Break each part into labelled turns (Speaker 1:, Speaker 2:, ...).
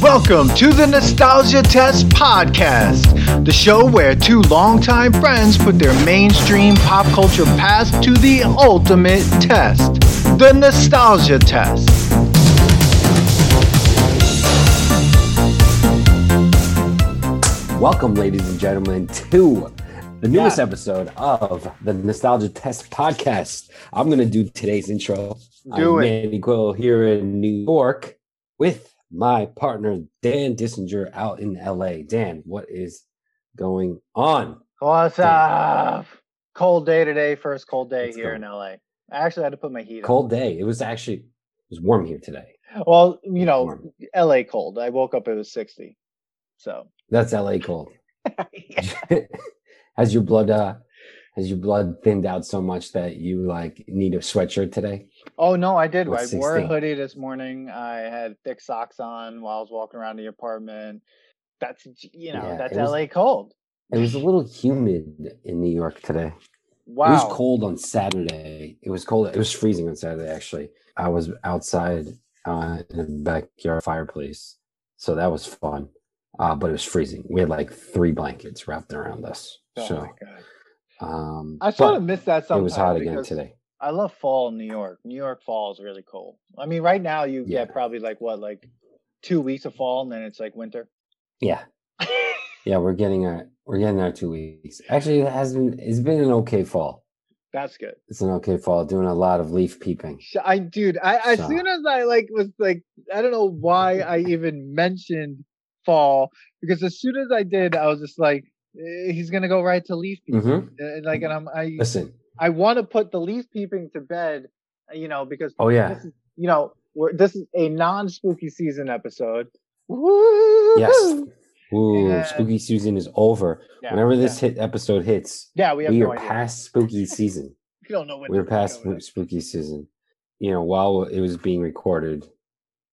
Speaker 1: Welcome to the Nostalgia Test Podcast, the show where two longtime friends put their mainstream pop culture past to the ultimate test the Nostalgia Test.
Speaker 2: Welcome, ladies and gentlemen, to the newest
Speaker 3: Yeah.
Speaker 2: episode of the Nostalgia Test Podcast. I'm going to do today's intro.
Speaker 1: Do
Speaker 2: I'm
Speaker 1: it.
Speaker 2: Manny Quill here in New York with my partner, Dan Dissinger, out in LA. Dan, what is going on?
Speaker 3: What's up? Cold day today. First cold day
Speaker 2: It's
Speaker 3: here in LA. I actually had to put my heat
Speaker 2: Cold day. It was actually it was warm here today.
Speaker 3: on. Well, you know,
Speaker 2: Warm.
Speaker 3: LA cold. I woke up, it was 60. So,
Speaker 2: That's LA cold. has your blood uh has your blood thinned out so much that you like need a sweatshirt today?
Speaker 3: oh no, I did.
Speaker 2: It was
Speaker 3: I wore a
Speaker 2: 60.
Speaker 3: hoodie this morning. I had thick socks on while I was walking around the apartment. That's, you know,
Speaker 2: Yeah,
Speaker 3: that's
Speaker 2: it was-
Speaker 3: LA cold.
Speaker 2: It was a little humid in New York today.
Speaker 3: Wow.
Speaker 2: It was cold on Saturday. It was cold. It was freezing on Saturday, actually. I was outside uh, in the backyard fireplace. So that was fun. Uh, but it was freezing. We had like three blankets wrapped around us.
Speaker 3: Oh my
Speaker 2: so
Speaker 3: God.
Speaker 2: um,
Speaker 3: I sort of
Speaker 2: but
Speaker 3: missed that
Speaker 2: it
Speaker 3: sometimes.
Speaker 2: was hot again
Speaker 3: because
Speaker 2: today.
Speaker 3: I love fall in New York. New York fall is really cold. I mean, right now you
Speaker 2: Yeah.
Speaker 3: get probably like what, like two weeks of fall and then it's like winter.
Speaker 2: Yeah. Yeah, we're getting our we're getting our two weeks. Actually, it has been it's been an okay fall.
Speaker 3: That's good.
Speaker 2: It's an okay fall. Doing a lot of leaf peeping.
Speaker 3: Sh- I dude, I as
Speaker 2: So-
Speaker 3: soon as I like was like, I don't know why I even mentioned fall because as soon as I did, I was just like, "Eh, he's gonna go right to leaf peeping,
Speaker 2: Mhm.
Speaker 3: and like, and I'm I
Speaker 2: Listen.
Speaker 3: I want to put the leaf peeping to bed, eh, you know, because
Speaker 2: Oh yeah.
Speaker 3: you know we're this is a non spooky season episode.
Speaker 2: Yes. Ooh,
Speaker 3: Yeah.
Speaker 2: spooky season is over.
Speaker 3: Yeah,
Speaker 2: Whenever
Speaker 3: yeah.
Speaker 2: this hit episode hits,
Speaker 3: yeah, we have
Speaker 2: we
Speaker 3: no
Speaker 2: are
Speaker 3: idea.
Speaker 2: past spooky season.
Speaker 3: we don't know when
Speaker 2: We're
Speaker 3: this is
Speaker 2: past
Speaker 3: coming
Speaker 2: spook-
Speaker 3: up.
Speaker 2: spooky season. You know, while it was being recorded,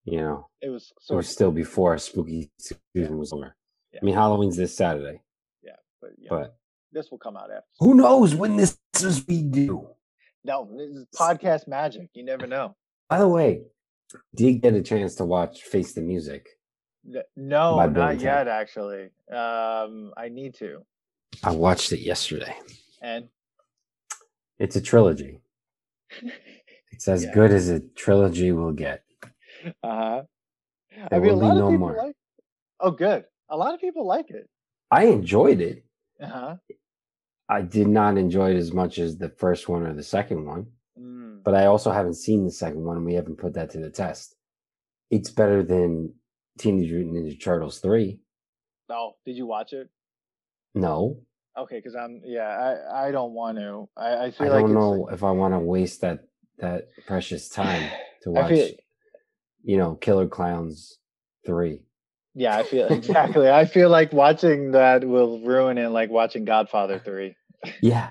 Speaker 2: you know,
Speaker 3: It was
Speaker 2: it
Speaker 3: so
Speaker 2: was still before spooky season was over.
Speaker 3: Yeah.
Speaker 2: I mean, Halloween's this Saturday,
Speaker 3: but, yeah,
Speaker 2: but
Speaker 3: this will come out after.
Speaker 2: who knows when this is we do.
Speaker 3: No, this is podcast magic. You never know.
Speaker 2: By the way, did you get a chance to watch Face the Music?
Speaker 3: Th- No,
Speaker 2: By Bill
Speaker 3: not
Speaker 2: and
Speaker 3: yet.
Speaker 2: Ted.
Speaker 3: Actually, um, I need to.
Speaker 2: I watched it yesterday.
Speaker 3: And
Speaker 2: It's a trilogy. It's as
Speaker 3: Yeah.
Speaker 2: good as a trilogy will get.
Speaker 3: uh-huh. I
Speaker 2: There
Speaker 3: mean, a
Speaker 2: will be
Speaker 3: lot
Speaker 2: no
Speaker 3: of people
Speaker 2: more.
Speaker 3: like. Oh, good. A lot of people like it.
Speaker 2: I enjoyed it.
Speaker 3: Uh huh.
Speaker 2: I did not enjoy it as much as the first one or the second one,
Speaker 3: Mm.
Speaker 2: but I also haven't seen the second one. We haven't put that to the test. It's better than Teenage Mutant Ninja Turtles 3.
Speaker 3: Oh, did you watch it?
Speaker 2: No,
Speaker 3: Okay, because I'm. Yeah, I. I don't want to. I. I
Speaker 2: I
Speaker 3: feel like
Speaker 2: don't
Speaker 3: it's
Speaker 2: know
Speaker 3: like-
Speaker 2: if I want to waste that that precious time to
Speaker 3: I
Speaker 2: watch,
Speaker 3: feel-
Speaker 2: you know, Killer Clowns 3.
Speaker 3: yeah, I feel exactly. I feel like watching that will ruin it. Like watching Godfather three.
Speaker 2: Yeah.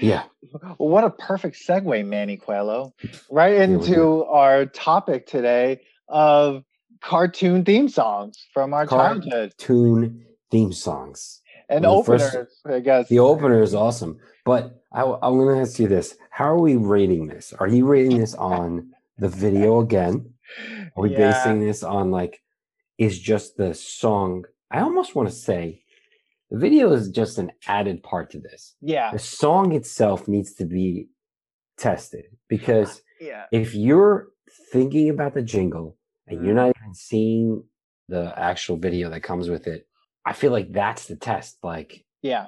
Speaker 2: Yeah.
Speaker 3: Well, what a perfect segue, Manny Coelho, right
Speaker 2: we
Speaker 3: into our topic today of cartoon theme songs from our
Speaker 2: Car-
Speaker 3: childhood
Speaker 2: tune theme songs.
Speaker 3: and
Speaker 2: well, the
Speaker 3: openers,
Speaker 2: first-
Speaker 3: I guess.
Speaker 2: The opener is awesome, but I, am going to ask you this: How are we rating this? Are you rating this on the video again? Are we
Speaker 3: Yeah.
Speaker 2: basing this on like is just the song? I almost want to say the video is just an added part to this.
Speaker 3: yeah,
Speaker 2: The song itself needs to be tested because
Speaker 3: yeah.
Speaker 2: if you're thinking about the jingle and you're
Speaker 3: Mm.
Speaker 2: not even seeing the actual video that comes with it, I feel like that's the test. Like,
Speaker 3: Yeah.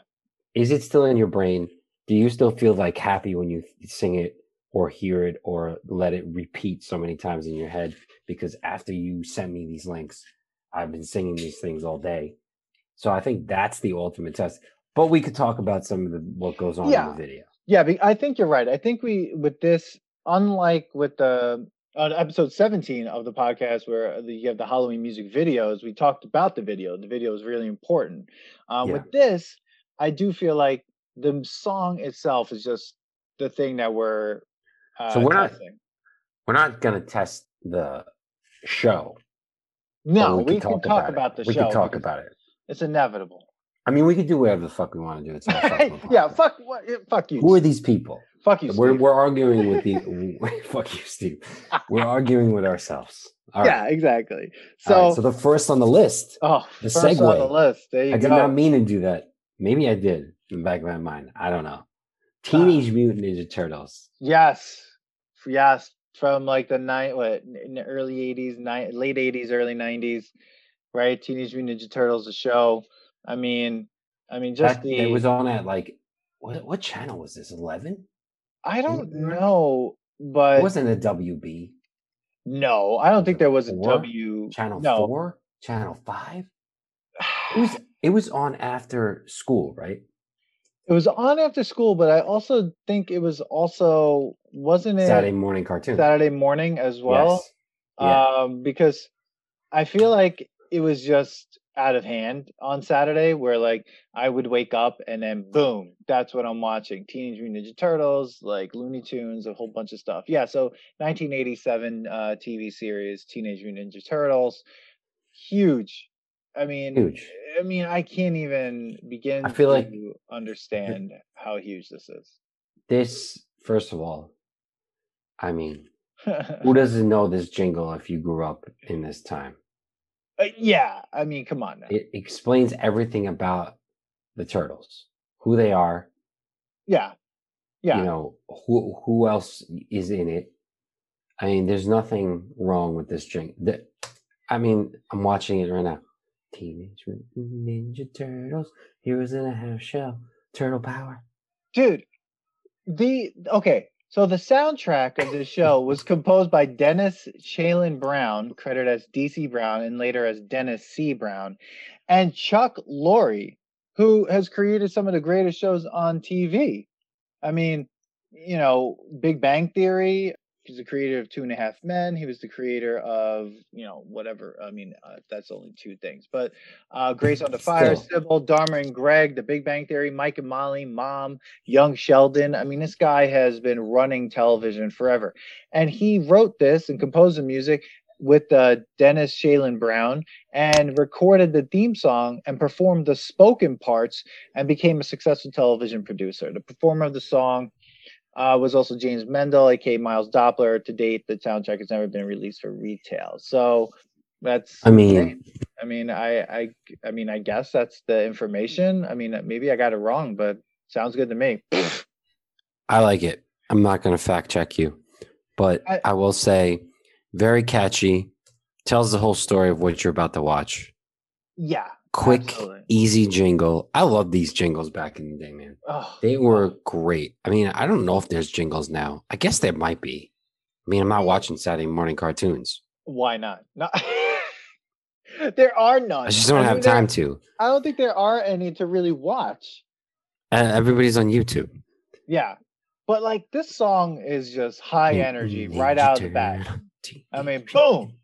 Speaker 2: is it still in your brain? Do you still feel like happy when you sing it or hear it or let it repeat so many times in your head? Because after you sent me these links, I've been singing these things all day. So I think that's the ultimate test. But we could talk about some of the what goes on
Speaker 3: Yeah.
Speaker 2: in the video.
Speaker 3: Yeah, be- I think you're right. I think we with this, unlike with the on episode 17 of the podcast where the, you have the Halloween music videos, we talked about the video. The video is really important. Uh,
Speaker 2: Yeah.
Speaker 3: With this, I do feel like the song itself is just the thing that we're uh,
Speaker 2: So we're not-
Speaker 3: testing.
Speaker 2: We're not gonna test the show.
Speaker 3: No,
Speaker 2: but
Speaker 3: we, can talk, about, the
Speaker 2: it. we
Speaker 3: show.
Speaker 2: can talk
Speaker 3: because
Speaker 2: about it.
Speaker 3: It's inevitable.
Speaker 2: I mean, we could do whatever the fuck we want to do. It's not a fucking
Speaker 3: yeah,
Speaker 2: podcast.
Speaker 3: fuck what, fuck you.
Speaker 2: Who are these people?
Speaker 3: fuck you.
Speaker 2: We're,
Speaker 3: Steve.
Speaker 2: we're arguing with the fuck you, Steve. We're arguing with ourselves. All
Speaker 3: yeah,
Speaker 2: right.
Speaker 3: exactly.
Speaker 2: All
Speaker 3: So,
Speaker 2: right, So the first on the list.
Speaker 3: oh,
Speaker 2: the
Speaker 3: first on the
Speaker 2: segue.
Speaker 3: list. There you
Speaker 2: I did
Speaker 3: go.
Speaker 2: not mean to do that. Maybe I did in the back of my mind. I don't know.
Speaker 3: Uh,
Speaker 2: Teenage Mutant Ninja Turtles.
Speaker 3: Yes, yes, from like the night, what in the early eighties, ni- late eighties, early nineties, right? Teenage Mutant Ninja Turtles, the show. I mean, I mean, just
Speaker 2: That-
Speaker 3: the.
Speaker 2: it was on at like what what channel was this? Eleven?
Speaker 3: I don't
Speaker 2: Mhm.
Speaker 3: know,
Speaker 2: It
Speaker 3: but
Speaker 2: wasn't a WB.
Speaker 3: no, I don't think there was a
Speaker 2: Four?
Speaker 3: W.
Speaker 2: Channel
Speaker 3: no.
Speaker 2: four? Channel five? It was it was on after school, right?
Speaker 3: It was on after school, but I also think it was also wasn't it
Speaker 2: Saturday morning cartoon.
Speaker 3: Saturday morning as well.
Speaker 2: Yes. Yeah.
Speaker 3: um, because I feel like it was just out of hand on Saturday, where like I would wake up and then boom, that's what I'm watching: Teenage Mutant Ninja Turtles, like Looney Tunes, a whole bunch of stuff. Yeah, so 1987 uh, TV series Teenage Mutant Ninja Turtles, huge. I mean,
Speaker 2: Huge.
Speaker 3: I mean, I can't even begin
Speaker 2: I feel
Speaker 3: to
Speaker 2: like-
Speaker 3: understand how huge this is.
Speaker 2: This first of all, I mean, who doesn't know this jingle if you grew up in this time?
Speaker 3: Uh, yeah, I mean, come on now.
Speaker 2: It explains everything about the turtles, who they are,
Speaker 3: yeah, yeah.
Speaker 2: you know who who else is in it i mean there's nothing wrong with this drink the, i mean i'm watching it right now teenage Mutant ninja turtles heroes in a half shell turtle power
Speaker 3: dude the okay so the soundtrack of this show was composed by dennis shaylin brown credited as dc brown and later as dennis c brown and chuck lorre who has created some of the greatest shows on tv i mean you know big bang theory he's the creator of two and a half men he was the creator of you know whatever i mean uh, that's only two things but uh, grace on the fire
Speaker 2: Still.
Speaker 3: sybil dharma and greg the big bang theory mike and molly mom Young Sheldon. I mean, this guy has been running television forever. And he wrote this and composed the music with uh, Dennis Shaylin Brown and recorded the theme song and performed the spoken parts and became a successful television producer. The performer of the song uh, was also James Mendel, aka Miles Doppler. To date, the soundtrack has never been released for retail. So that's
Speaker 2: i
Speaker 3: Right.
Speaker 2: mean
Speaker 3: I mean, I, I, I mean, I guess that's the information. I mean, maybe I got it wrong, but sounds good to me.
Speaker 2: i like it i'm not going to fact check you but
Speaker 3: I-
Speaker 2: I, will say very catchy tells the whole story of what you're about to watch
Speaker 3: Yeah.
Speaker 2: quick
Speaker 3: Absolutely.
Speaker 2: easy jingle i love these jingles back in the day man
Speaker 3: Oh,
Speaker 2: They were great. I mean, I don't know if there's jingles now. I guess there might be. I mean, I'm not watching Saturday morning cartoons.
Speaker 3: why not? No. there are none.
Speaker 2: I just don't have
Speaker 3: mean, there-
Speaker 2: time to.
Speaker 3: I don't think there are any to really watch.
Speaker 2: Uh, Everybody's on YouTube.
Speaker 3: Yeah. But like this song is just high energy
Speaker 2: Mm-hmm.
Speaker 3: right out of the bat. I mean, boom.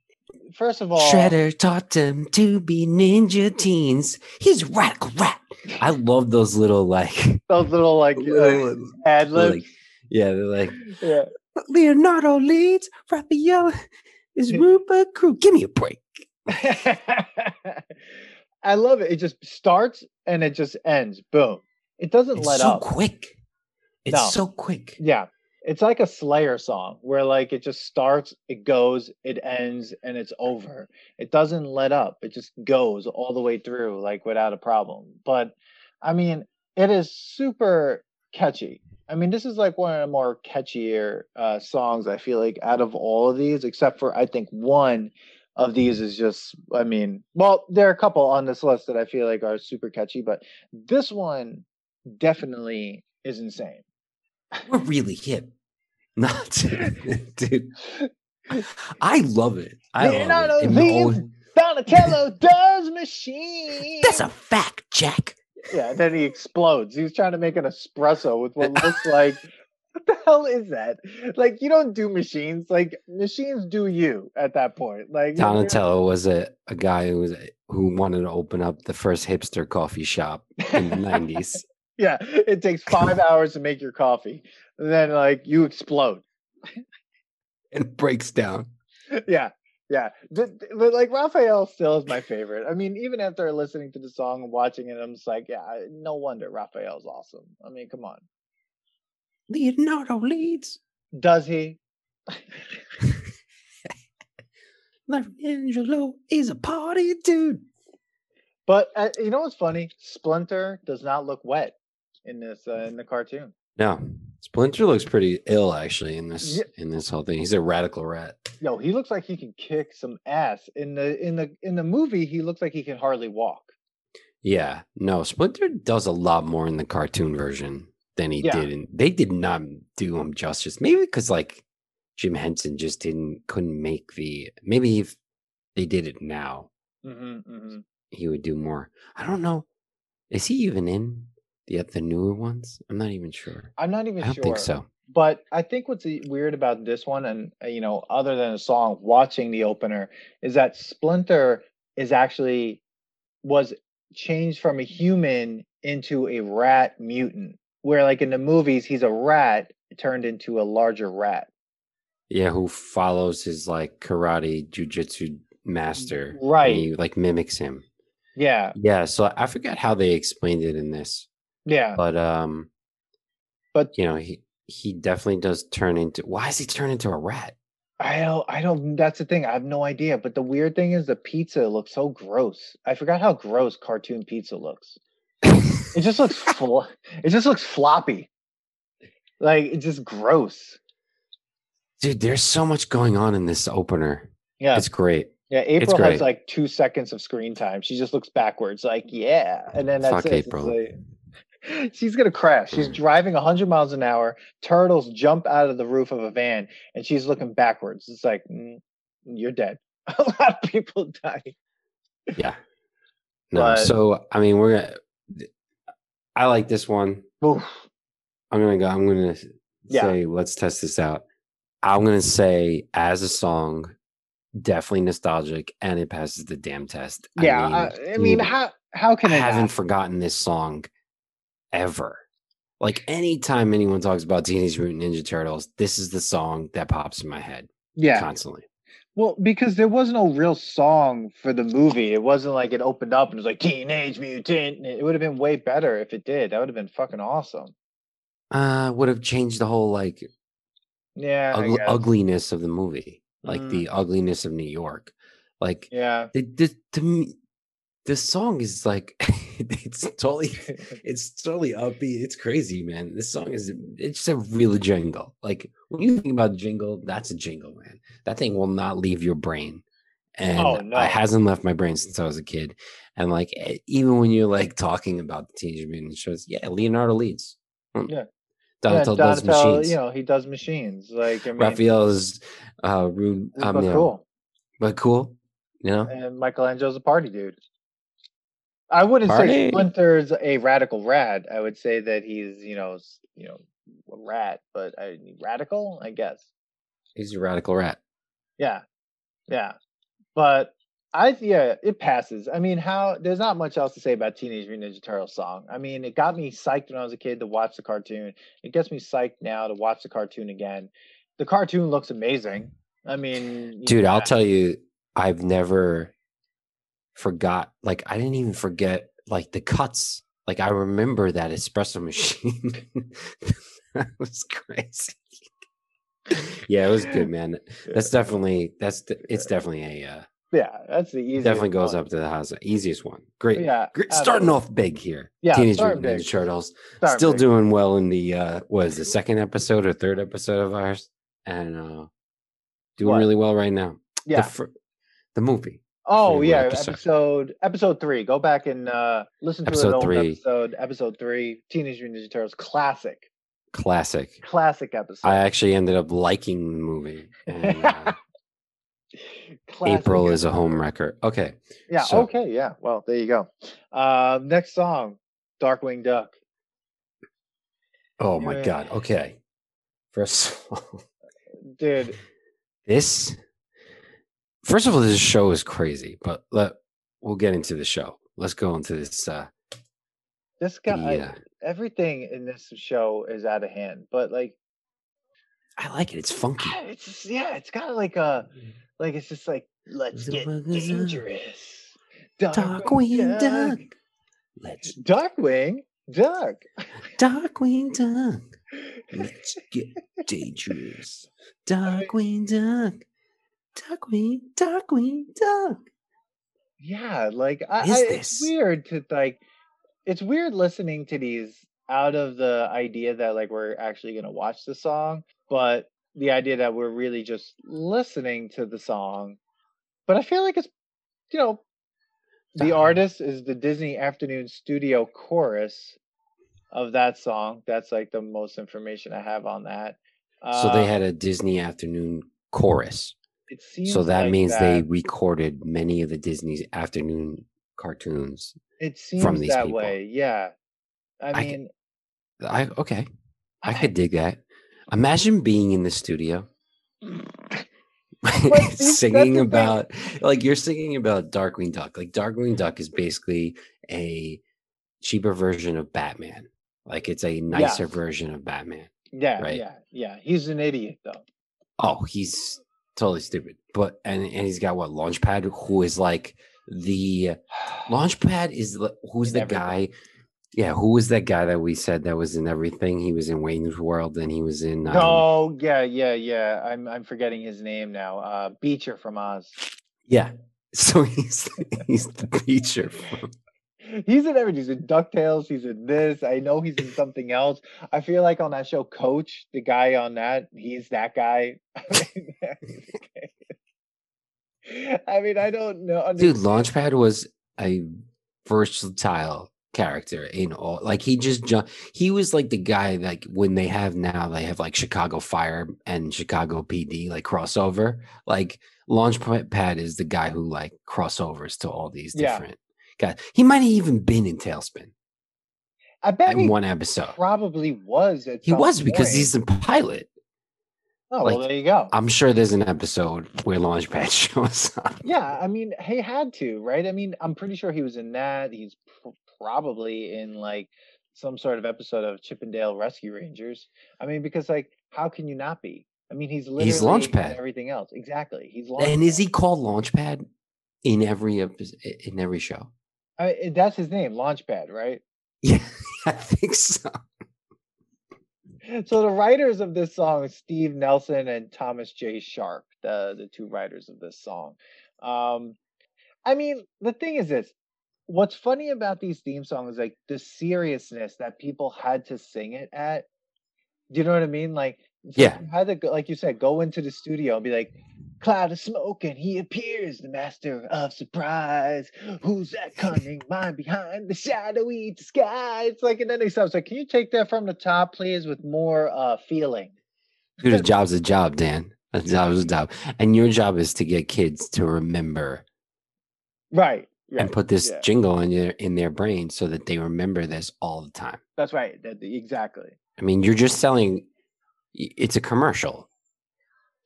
Speaker 3: First of all,
Speaker 2: Shredder taught them to be ninja teens. He's a radical rat. I love those little like,
Speaker 3: those little like uh,
Speaker 2: little,
Speaker 3: ad
Speaker 2: like
Speaker 3: libs.
Speaker 2: yeah, they're like
Speaker 3: Yeah.
Speaker 2: Leonardo leads, Raphael is Rupa crew. Give me a break.
Speaker 3: I love it. It just starts and it just ends. Boom. It doesn't
Speaker 2: It's
Speaker 3: let
Speaker 2: so
Speaker 3: up.
Speaker 2: quick. It's
Speaker 3: No.
Speaker 2: so quick.
Speaker 3: Yeah. It's like a Slayer song where like it just starts, it goes, it ends, and it's over. It doesn't let up. It just goes all the way through, like without a problem. But I mean, it is super catchy. I mean, this is like one of the more catchier uh, songs. I feel like out of all of these, except for I think one of these is just. I mean, well, there are a couple on this list that I feel like are super catchy, but this one definitely is insane.
Speaker 2: We're really hip. Not dude. I love it. I
Speaker 3: Leonardo
Speaker 2: love it. In the
Speaker 3: Lee's
Speaker 2: old-
Speaker 3: Donatello does machine.
Speaker 2: That's a fact, Jack.
Speaker 3: yeah. and Then he explodes. He's trying to make an espresso with what looks like. What the hell is that? Like you don't do machines. Like machines do you at that point. Like you're-
Speaker 2: Donatello was a, a guy who was who wanted to open up the first hipster coffee shop in the nineties.
Speaker 3: yeah, it takes five hours to make your coffee, and then like you explode.
Speaker 2: And breaks down.
Speaker 3: yeah yeah Th- th- but like raphael still is my favorite i mean even after listening to the song and watching it i'm just like yeah I- no wonder raphael's awesome i mean come on
Speaker 2: Leonardo leads.
Speaker 3: does he
Speaker 2: Michelangelo is a party dude.
Speaker 3: But uh, you know what's funny? Splinter does not look wet in this uh, in the cartoon.
Speaker 2: No, Splinter looks pretty ill actually in this
Speaker 3: Yeah.
Speaker 2: in this whole thing. He's a radical rat.
Speaker 3: No, he looks like he can kick some ass. In the in the in the movie, he looks like he can hardly walk.
Speaker 2: Yeah, no, Splinter does a lot more in the cartoon version than he
Speaker 3: Yeah.
Speaker 2: did, and they did not do him justice. Maybe because like Jim Henson just didn't couldn't make the maybe if they did it now
Speaker 3: hmm hmm
Speaker 2: he would do more. I don't know. Is he even in the the newer ones? I'm not even sure.
Speaker 3: I'm not even
Speaker 2: I don't
Speaker 3: sure.
Speaker 2: think so.
Speaker 3: But I think what's e, weird about this one, and uh, you know, other than the song, watching the opener, is that Splinter is actually was changed from a human into a rat mutant. Where like in the movies, he's a rat turned into a larger rat.
Speaker 2: Yeah, who follows his like karate jujitsu master? and
Speaker 3: Right.
Speaker 2: he, like mimics him.
Speaker 3: Yeah,
Speaker 2: Yeah. So I forget how they explained it in this,
Speaker 3: yeah.
Speaker 2: but um,
Speaker 3: Uh, But-
Speaker 2: you know he he definitely does turn into. Why is he turned into a rat?
Speaker 3: I don't. I don't. That's the thing. I have no idea. But the weird thing is, the pizza looks so gross. I forgot how gross cartoon pizza looks. It just looks fl- it just looks floppy. Like it's just gross.
Speaker 2: Dude, there's so much going on in this opener.
Speaker 3: Yeah.
Speaker 2: It's great.
Speaker 3: yeah. April
Speaker 2: great.
Speaker 3: has like two seconds of screen time. She just looks backwards, like, yeah. And then that's
Speaker 2: Fuck
Speaker 3: it. It's
Speaker 2: April. Mm.
Speaker 3: like- she's gonna crash. She's driving hundred miles an hour. Turtles jump out of the roof of a van and she's looking backwards. It's like mm, you're dead. a lot of people die.
Speaker 2: Yeah. No.
Speaker 3: But-
Speaker 2: so I mean, we're. gonna I like this one.
Speaker 3: Oof.
Speaker 2: I'm gonna go. I'm gonna s-
Speaker 3: Yeah.
Speaker 2: say, let's test this out. I'm gonna say, as a song, definitely nostalgic, and it passes the damn test.
Speaker 3: Yeah, I I mean,
Speaker 2: dude,
Speaker 3: how how
Speaker 2: I
Speaker 3: can it
Speaker 2: haven't
Speaker 3: not?
Speaker 2: forgotten this song ever. Like anytime anyone talks about Teenage Mutant Ninja Turtles, this is the song that pops in my head
Speaker 3: yeah,
Speaker 2: constantly.
Speaker 3: Well, because there was no real song for the movie. It wasn't like it opened up and it was like Teenage Mutant. It would have been way better if it did. That would have been fucking awesome.
Speaker 2: Uh, would have changed the whole like
Speaker 3: Yeah. I
Speaker 2: ug-
Speaker 3: guess.
Speaker 2: ugliness of the movie, like
Speaker 3: Mm.
Speaker 2: the ugliness of New York, like
Speaker 3: Yeah.
Speaker 2: the, the to me the song is like it's totally it's totally upbeat it's crazy man this song is it's a real jingle like when you think about jingle that's a jingle man that thing will not leave your brain and
Speaker 3: Oh, no.
Speaker 2: it hasn't left my brain since i was a kid and like e- even when you're like talking about the teenage mutant shows yeah leonardo leads Mm.
Speaker 3: Yeah.
Speaker 2: donatello does
Speaker 3: Donatello,
Speaker 2: machines
Speaker 3: You know, he does machines. Like I mean,
Speaker 2: raphael is uh rude
Speaker 3: it's
Speaker 2: um,
Speaker 3: not
Speaker 2: you know,
Speaker 3: cool.
Speaker 2: but cool you know
Speaker 3: And Michelangelo's a party dude. I wouldn't
Speaker 2: Party.
Speaker 3: say Splinter's a radical rat. I would say that he's you know s- you know a rat, but I, radical, I guess.
Speaker 2: he's a radical rat
Speaker 3: Yeah. Yeah. But I yeah, it passes. I mean, how there's not much else to say about Teenage Mutant Ninja Turtles song. I mean, it got me psyched when I was a kid to watch the cartoon. It gets me psyched now to watch the cartoon again. The cartoon looks amazing. I mean, you
Speaker 2: dude
Speaker 3: know,
Speaker 2: i'll
Speaker 3: I-
Speaker 2: tell you i've never forgot like i didn't even forget like the cuts like i remember that espresso machine that was crazy yeah it was good man that's definitely that's de- it's definitely a uh,
Speaker 3: yeah, that's the easy.
Speaker 2: definitely goes up to the house easiest one great
Speaker 3: Yeah.
Speaker 2: great starting
Speaker 3: absolutely.
Speaker 2: off big here
Speaker 3: Yeah,
Speaker 2: teenage
Speaker 3: starting
Speaker 2: Mutant Ninja
Speaker 3: big.
Speaker 2: turtles
Speaker 3: Sorry,
Speaker 2: still
Speaker 3: Vic.
Speaker 2: doing well in the uh what is the second episode or third episode of ours and uh doing
Speaker 3: What?
Speaker 2: really well right now
Speaker 3: Yeah.
Speaker 2: the, fir- the movie.
Speaker 3: Oh
Speaker 2: favorite
Speaker 3: yeah,
Speaker 2: episode.
Speaker 3: episode. episode three. Go back and uh listen to
Speaker 2: Episode
Speaker 3: an old
Speaker 2: three.
Speaker 3: episode, episode three, Teenage Mutant Ninja Turtles, classic,
Speaker 2: Classic.
Speaker 3: classic episode.
Speaker 2: I actually ended up liking the movie. And, uh,
Speaker 3: Classic
Speaker 2: April is a
Speaker 3: episode.
Speaker 2: home wrecker. Okay.
Speaker 3: Yeah.
Speaker 2: So-
Speaker 3: okay. Yeah. Well, there you go. Uh, next song, Darkwing Duck.
Speaker 2: Oh my
Speaker 3: Yeah.
Speaker 2: God. Okay. First of all,
Speaker 3: Dude,
Speaker 2: this, first of all, this show is crazy, but let, we'll get into the show. Let's go into this. Uh,
Speaker 3: this
Speaker 2: the,
Speaker 3: guy,
Speaker 2: uh,
Speaker 3: everything in this show is out of hand. But like,
Speaker 2: I like it. It's funky.
Speaker 3: it's just, yeah, it's got like a like it's just like let's get dangerous.
Speaker 2: Darkwing Duck. Let's
Speaker 3: Darkwing Duck.
Speaker 2: Darkwing Duck. Let's get dangerous. Darkwing Duck. duckweed, duckweed, duck.
Speaker 3: yeah like I,
Speaker 2: Is
Speaker 3: I, it's
Speaker 2: this-
Speaker 3: weird to like it's weird listening to these out of the idea that like we're actually going to watch the song but the idea that we're really just listening to the song but i feel like it's you know the
Speaker 2: Uh-huh.
Speaker 3: artist is the disney afternoon studio chorus of that song that's like the most information i have on that
Speaker 2: so they
Speaker 3: Um,
Speaker 2: had a Disney afternoon chorus.
Speaker 3: it seems
Speaker 2: So that
Speaker 3: like
Speaker 2: means they recorded many of the Disney's afternoon cartoons.
Speaker 3: it seems
Speaker 2: these
Speaker 3: that
Speaker 2: people.
Speaker 3: way yeah i
Speaker 2: I c-
Speaker 3: mean
Speaker 2: I okay. I could dig that. Imagine being in the studio
Speaker 3: that's the
Speaker 2: singing
Speaker 3: thing.
Speaker 2: about like you're singing about Darkwing Duck. Like Darkwing Duck is basically a cheaper version of Batman. Like it's a nicer
Speaker 3: Yes.
Speaker 2: version of Batman.
Speaker 3: Yeah,
Speaker 2: Right.
Speaker 3: yeah, yeah. He's an idiot though.
Speaker 2: Oh, he's totally stupid. But and and he's got what Launchpad, who is like the Launchpad is the- who's
Speaker 3: In
Speaker 2: the
Speaker 3: everything.
Speaker 2: guy? Yeah, who was that guy that we said that was in everything? He was in Wayne's World, and he was in. Um,
Speaker 3: No, yeah, yeah, yeah. I'm I'm forgetting his name now. Uh Beecher from Oz.
Speaker 2: Yeah, so he's he's the teacher. from-
Speaker 3: He's in everything. He's in DuckTales, he's in this. I know he's in something else. I feel like on that show, Coach, the guy on that, he's that guy. I mean, I don't know.
Speaker 2: Dude,
Speaker 3: understand-
Speaker 2: Launchpad was a versatile character in all. Like he just ju- he was like the guy like when they have now they have like Chicago Fire and Chicago PD like crossover. Like Launchpad is the guy who like crossovers to all these
Speaker 3: Yeah.
Speaker 2: different guys. He might have even been in Tailspin
Speaker 3: I bet
Speaker 2: in
Speaker 3: he Oh,
Speaker 2: one episode.
Speaker 3: probably was at
Speaker 2: He
Speaker 3: some
Speaker 2: was because
Speaker 3: point.
Speaker 2: he's the pilot.
Speaker 3: Oh, well,
Speaker 2: like-
Speaker 3: there you go.
Speaker 2: I'm sure there's an episode where Launchpad shows up.
Speaker 3: Yeah, I mean, he had to, right? I mean, I'm pretty sure he was in that. He's pr- probably in like some sort of episode of Chippendale Rescue Rangers. I mean, because like, how can you not be? I mean, he's literally
Speaker 2: He's
Speaker 3: in
Speaker 2: Launchpad.
Speaker 3: everything else. Exactly, he's launchpad.
Speaker 2: And is he called Launchpad in every episode in every show?
Speaker 3: I mean, that's his name, Launchpad, right?
Speaker 2: Yeah, I think so.
Speaker 3: So the writers of this song, is Steve Nelson and Thomas J. Sharp, the the two writers of this song. Um, I mean, the thing is this. What's funny about these theme songs, like the seriousness that people had to sing it at. Do you know what I mean? Like, so
Speaker 2: Yeah.
Speaker 3: you had to, go- like you said, go into the studio and be like, cloud of smoke, and he appears, the master of surprise. Who's that cunning mind behind the shadowy disguise? It's like, and then he stops. Like, can you take that from the top, please, with more uh feeling?
Speaker 2: Dude, a job's a job, Dan. A job's a job. And your job is to get kids to remember
Speaker 3: Right.
Speaker 2: and put this
Speaker 3: yeah.
Speaker 2: jingle in their in their brain so that they remember this all the time.
Speaker 3: That's right. That, exactly.
Speaker 2: I mean, you're just selling y- it's a commercial,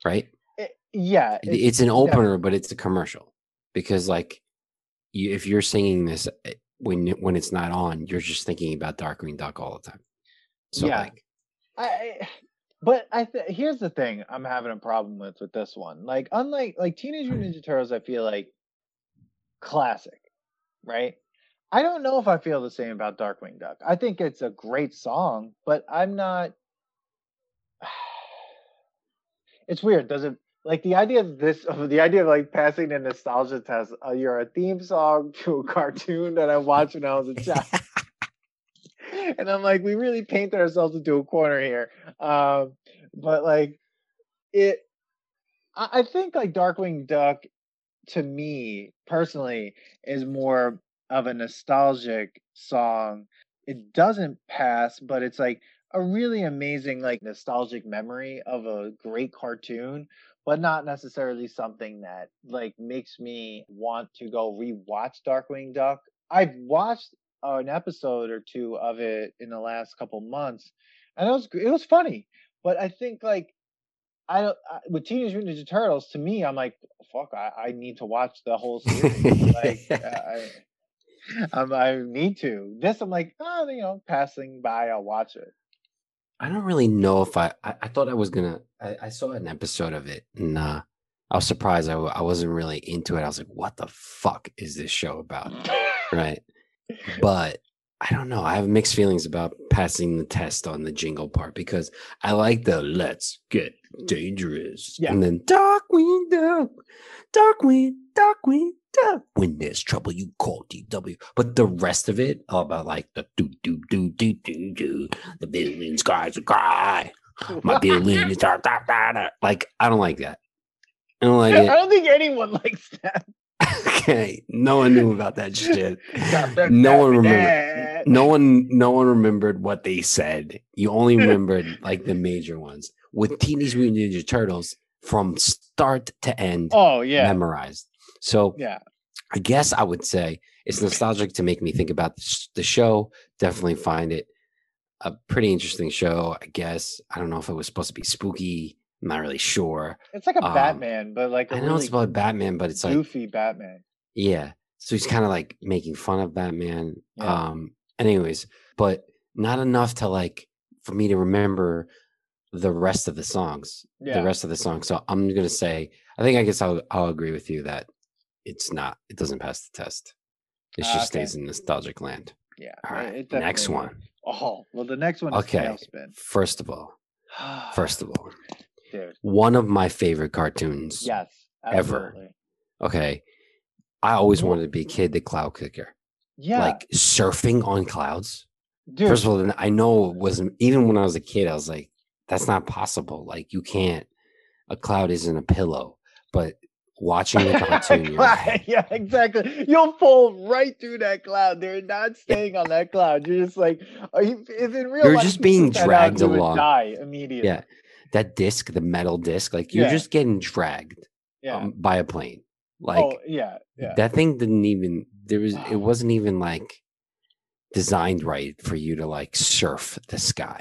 Speaker 2: right?
Speaker 3: I- Eh, yeah.
Speaker 2: It- It's an opener, but it's a commercial. Because like you, if you're singing this eh, when when it's not on, you're just thinking about Darkwing Duck all the time. So
Speaker 3: Yeah.
Speaker 2: like
Speaker 3: I, I- but I th- here's the thing I'm having a problem with with this one. Like unlike like Teenage Mutant Ninja Turtles, I feel like classic, right? I don't know if I feel the same about Darkwing Duck. I think it's a great song, but I'm not. It's weird. Does it like the idea of this? Of the idea of like passing the nostalgia test. Uh, you're a theme song to a cartoon that I watched when I was a child. and I'm like, we really paint ourselves into a corner here. Um, but like it, I, I think like Darkwing Duck, to me personally, is more of a nostalgic song. It doesn't pass, but it's like a really amazing like nostalgic memory of a great cartoon but not necessarily something that like makes me want to go rewatch Darkwing Duck. I've watched uh, an episode or two of it in the last couple months, and it was gr- it was funny. But I think like I don't I, with Teenage Mutant Ninja Turtles. To me, I'm like, fuck, I, I need to watch the whole series. like uh, I, I, um, I need to. This, I'm like, oh, you know, passing by, I'll watch it.
Speaker 2: I don't really know if I. I, I thought I was gonna. I, I saw an episode of it, and uh, I was surprised. I, wa- I wasn't really into it. I was like, "What the fuck is this show about?" Right. But I don't know. I have mixed feelings about passing the test on the jingle part because I like the let's get dangerous.
Speaker 3: Yeah.
Speaker 2: And then dark wind, dark, dark wind, dark wind, dark. When there's trouble, you call DW. But the rest of it, all about like the do, do, do, do, do, do, the billions cries a cry. My billion is dark, dark, dark, dark. Like, I don't like that. I don't like
Speaker 3: I
Speaker 2: it.
Speaker 3: don't think anyone likes that.
Speaker 2: okay. No one knew about that shit.
Speaker 3: Got that
Speaker 2: No
Speaker 3: bad
Speaker 2: one remembered
Speaker 3: dad.
Speaker 2: no one no one remembered what they said. You only remembered like the major ones. With Teenage Mutant Ninja Turtles from start to end
Speaker 3: Oh yeah,
Speaker 2: memorized. So
Speaker 3: yeah.
Speaker 2: I guess I would say it's nostalgic to make me think about the sh- the show. Definitely find it a pretty interesting show, I guess. I don't know if it was supposed to be spooky. I'm not really sure.
Speaker 3: It's like a
Speaker 2: Um,
Speaker 3: Batman, but like a
Speaker 2: I know
Speaker 3: really
Speaker 2: it's about Batman, but it's like
Speaker 3: goofy Batman.
Speaker 2: yeah. So he's kind of like making fun of Batman.
Speaker 3: Yeah.
Speaker 2: Um, anyways, but not enough to like for me to remember the rest of the songs.
Speaker 3: Yeah.
Speaker 2: The rest of the song. So I'm gonna say I think I guess I'll I'll agree with you that it's not it doesn't pass the test. It
Speaker 3: Ah,
Speaker 2: just
Speaker 3: okay.
Speaker 2: stays in nostalgic land.
Speaker 3: Yeah.
Speaker 2: All
Speaker 3: it-
Speaker 2: right.
Speaker 3: it
Speaker 2: next
Speaker 3: definitely-
Speaker 2: one.
Speaker 3: Oh well, the next one is
Speaker 2: Okay.
Speaker 3: Tailspin.
Speaker 2: First of all, first of all,
Speaker 3: Dude,
Speaker 2: one of my favorite cartoons.
Speaker 3: yes,
Speaker 2: ever.
Speaker 3: absolutely.
Speaker 2: Okay. I always wanted to be a kid the cloud kicker.
Speaker 3: Yeah,
Speaker 2: Like surfing on clouds.
Speaker 3: dude.
Speaker 2: First of all, I know it wasn't even when I was a kid, I was like, that's not possible. Like you can't a cloud isn't a pillow. But watching the cartoon, you're
Speaker 3: Cloud-
Speaker 2: like,
Speaker 3: yeah, exactly. You'll fall right through that cloud. They're not staying on that cloud. You're just like, are you, if in real
Speaker 2: You're
Speaker 3: life,
Speaker 2: just
Speaker 3: you
Speaker 2: being
Speaker 3: took that out,
Speaker 2: dragged
Speaker 3: you would
Speaker 2: along.
Speaker 3: die immediately.
Speaker 2: Yeah. that disc, the metal disc, like you're
Speaker 3: Yeah.
Speaker 2: just getting dragged
Speaker 3: yeah.
Speaker 2: um, by a plane. Like
Speaker 3: oh, yeah, yeah.
Speaker 2: that thing didn't even there was it wasn't even like designed right for you to like surf the sky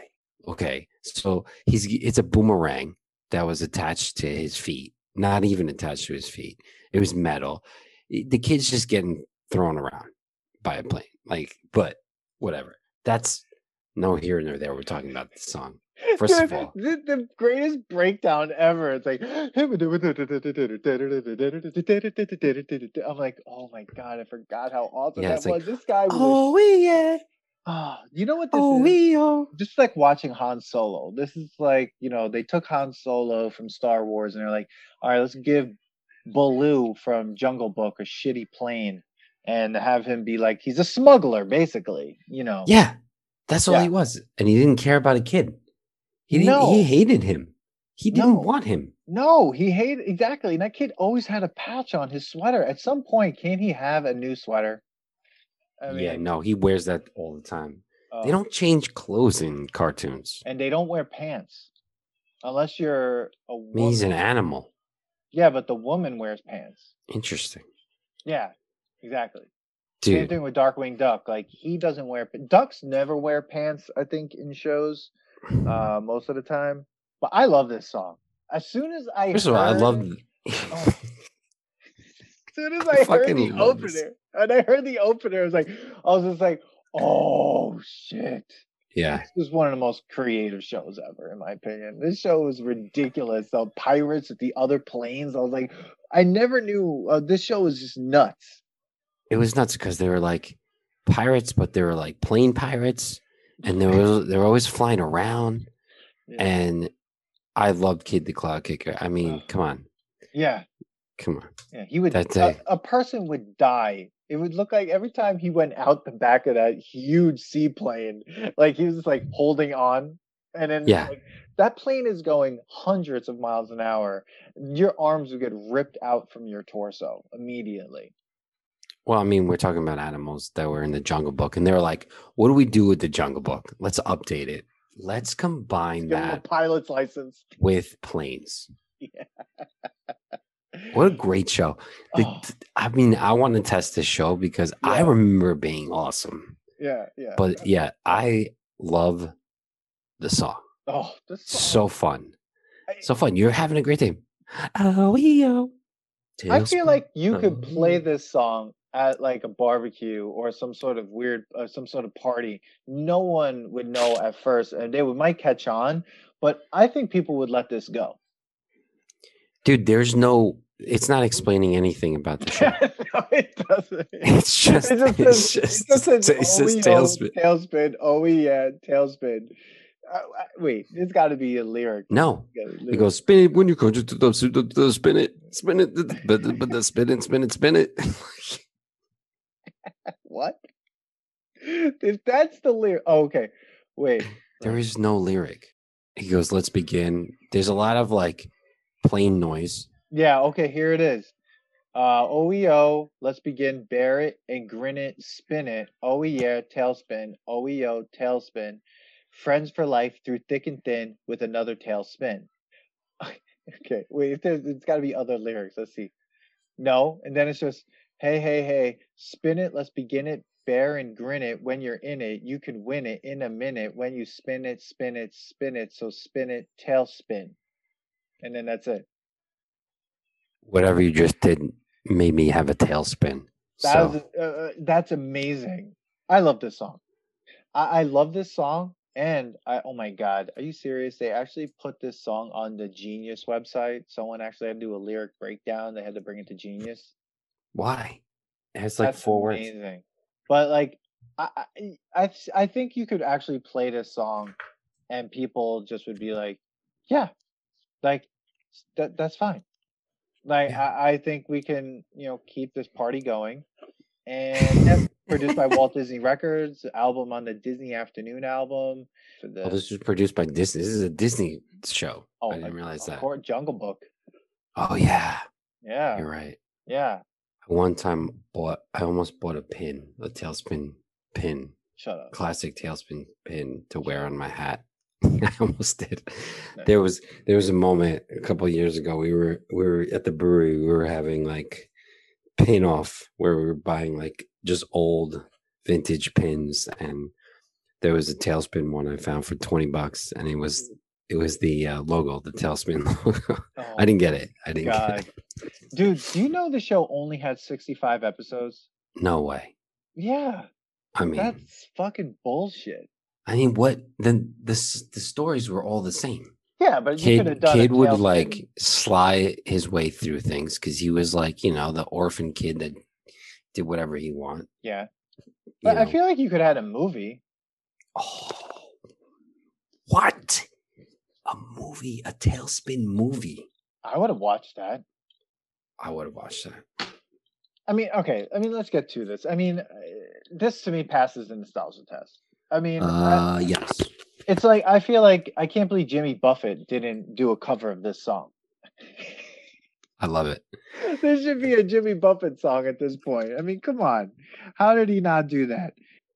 Speaker 2: okay so he's it's a boomerang that was attached to his feet not even attached to his feet it was metal I- the kid's just getting thrown around by a plane like but whatever that's no here nor there we're talking about the song first of all-
Speaker 3: the, the greatest breakdown ever. It's like I'm like, oh my god, I forgot how awesome
Speaker 2: Yeah,
Speaker 3: that
Speaker 2: it's like,
Speaker 3: was. This guy was.
Speaker 2: oh yeah
Speaker 3: Ah, you know what this
Speaker 2: oh
Speaker 3: is?
Speaker 2: we oh
Speaker 3: just like watching Han Solo. This is like, you know, they took Han Solo from Star Wars and they're like, all right, let's give Baloo from Jungle Book a shitty plane and have him be like, he's a smuggler, basically, you know.
Speaker 2: Yeah, that's all
Speaker 3: Yeah.
Speaker 2: he was, and he didn't care about a kid. He didn't.
Speaker 3: No.
Speaker 2: He hated him. He didn't
Speaker 3: No.
Speaker 2: want him.
Speaker 3: No, he hated, exactly. And that kid always had a patch on his sweater. At some point, can he have a new sweater? I
Speaker 2: yeah,
Speaker 3: mean,
Speaker 2: no, he wears that all the time.
Speaker 3: uh,
Speaker 2: They don't change clothes in cartoons. I
Speaker 3: and they don't wear pants unless you're a
Speaker 2: mean, he's
Speaker 3: woman.
Speaker 2: an animal.
Speaker 3: yeah, but the woman wears pants.
Speaker 2: Interesting,
Speaker 3: Yeah, exactly. Same
Speaker 2: dude.
Speaker 3: thing with Darkwing Duck. Like he doesn't wear pa- ducks. Never wear pants. I think in shows,
Speaker 2: Mm-hmm.
Speaker 3: uh, most of the time. But I love this song. As soon as I
Speaker 2: First of all, I
Speaker 3: heard-
Speaker 2: love.
Speaker 3: Oh. As soon as
Speaker 2: I
Speaker 3: I, heard
Speaker 2: fucking
Speaker 3: the
Speaker 2: love this.
Speaker 3: opener, and I heard the opener, I was like, I was just like, oh shit.
Speaker 2: yeah,
Speaker 3: This was one of the most creative shows ever, in my opinion. This show was ridiculous. The pirates with the other planes. I was like, I never knew. Uh, this show was just nuts.
Speaker 2: it was nuts because they were like pirates, but they were like plane pirates, and they were they were always flying around.
Speaker 3: Yeah.
Speaker 2: And I loved Kid the Cloud Kicker. I mean, come on,
Speaker 3: Yeah.
Speaker 2: come on.
Speaker 3: Yeah, he would.
Speaker 2: That's
Speaker 3: a,
Speaker 2: it.
Speaker 3: a person would die. It would look like every time he went out the back of that huge seaplane, like he was just like holding on, and then
Speaker 2: Yeah.
Speaker 3: like, that plane is going hundreds of miles an hour. Your arms would get ripped out from your torso immediately.
Speaker 2: Well, I mean, we're talking about animals that were in the Jungle Book, and they were like, "What do we do with the Jungle Book? Let's update it. Let's combine
Speaker 3: Give him a
Speaker 2: that
Speaker 3: pilot's license.
Speaker 2: with planes."
Speaker 3: Yeah.
Speaker 2: What a great show! The-
Speaker 3: Oh,
Speaker 2: I mean, I want to test this show because I
Speaker 3: Yeah.
Speaker 2: remember it being awesome.
Speaker 3: yeah, yeah.
Speaker 2: But yeah, I love the song.
Speaker 3: oh, this song-
Speaker 2: So fun,
Speaker 3: I-
Speaker 2: so fun. You're having a great time. Oh, yo.
Speaker 3: I feel like you
Speaker 2: Oh.
Speaker 3: could play this song at like a barbecue or some sort of weird, uh, some sort of party. No one would know at first, and they would might catch on. But I think people would let this go.
Speaker 2: dude there's no it's not explaining anything about the show.
Speaker 3: no, it doesn't.
Speaker 2: It's just,
Speaker 3: It just
Speaker 2: it's
Speaker 3: says,
Speaker 2: just,
Speaker 3: it just says
Speaker 2: it's just
Speaker 3: "Oh, yeah,
Speaker 2: tailspin.
Speaker 3: tailspin. Oh yeah, tailspin. Uh, uh, wait, it's got to be a lyric.
Speaker 2: No,
Speaker 3: Yeah,
Speaker 2: It
Speaker 3: lyric.
Speaker 2: goes spin it when you go to the, the, the spin it, spin it, but the, but the spin it, spin it, spin it.
Speaker 3: what? If that's the lyric, oh, okay. Wait,
Speaker 2: there is no lyric. He goes, let's begin. There's a lot of like plain noise.
Speaker 3: yeah, okay. Here it is. Uh, OEO, let's begin. Bear it and grin it, spin it. Oh yeah, tailspin. OEO, tailspin. Friends for life through thick and thin with another tailspin. okay, wait. If there's, it's got to be other lyrics. Let's see. No, and then it's just hey, hey, hey, spin it. Let's begin it. Bear and grin it. When you're in it, you can win it in a minute. When you spin it, spin it, spin it. So spin it, tailspin, and then that's it.
Speaker 2: Whatever you just did made me have a tailspin.
Speaker 3: That
Speaker 2: so
Speaker 3: was, uh, uh, that's amazing. I love this song. I, I love this song. And I, oh my God, are you serious? They actually put this song on the Genius website. Someone actually had to do a lyric breakdown. They had to bring it to Genius.
Speaker 2: why? It has like
Speaker 3: That's
Speaker 2: four words.
Speaker 3: amazing. But like, I, I- I, I think you could actually play this song and people just would be like, yeah, like that, that's fine. Like,
Speaker 2: Yeah.
Speaker 3: I, I think we can, you know, keep this party going. And yeah, produced by Walt Disney Records, album on the Disney Afternoon album. For the,
Speaker 2: Oh, this was produced by Disney. This is a Disney show.
Speaker 3: oh,
Speaker 2: I didn't realize
Speaker 3: of
Speaker 2: that.
Speaker 3: course, Jungle Book.
Speaker 2: Oh yeah,
Speaker 3: Yeah.
Speaker 2: you're right.
Speaker 3: Yeah.
Speaker 2: One time, bought I almost bought a pin, a tailspin pin
Speaker 3: Shut up.
Speaker 2: classic tailspin pin to wear on my hat. I almost did. There was there was a moment a couple of years ago. We were we were at the brewery. We were having like pin off where we were buying like just old vintage pins, and there was a tailspin one I found for twenty bucks, and it was it was the uh, logo, the tailspin logo.
Speaker 3: Oh,
Speaker 2: I didn't get it. I didn't. Get
Speaker 3: God.
Speaker 2: it.
Speaker 3: Dude, do you know the show only had 65 episodes?
Speaker 2: No way.
Speaker 3: Yeah,
Speaker 2: I mean,
Speaker 3: that's fucking bullshit.
Speaker 2: I mean, what? Then this the stories were all the same.
Speaker 3: Yeah, but you could
Speaker 2: kid
Speaker 3: have done. a
Speaker 2: kid would
Speaker 3: tailspin.
Speaker 2: like slide his way through things because he was like you know the orphan kid that did whatever he want
Speaker 3: Yeah,
Speaker 2: you
Speaker 3: but I
Speaker 2: know.
Speaker 3: feel like you could have had a movie.
Speaker 2: Oh, what a movie a tailspin movie
Speaker 3: I would have watched that.
Speaker 2: i would have watched that
Speaker 3: I mean, okay. I mean, let's get to this. I mean, uh, this to me passes the nostalgia test. I mean, I-
Speaker 2: uh yes
Speaker 3: it's like I feel like I can't believe Jimmy Buffett didn't do a cover of this song.
Speaker 2: i love it
Speaker 3: there should be a Jimmy Buffett song at this point. I mean, come on. How did he not do that?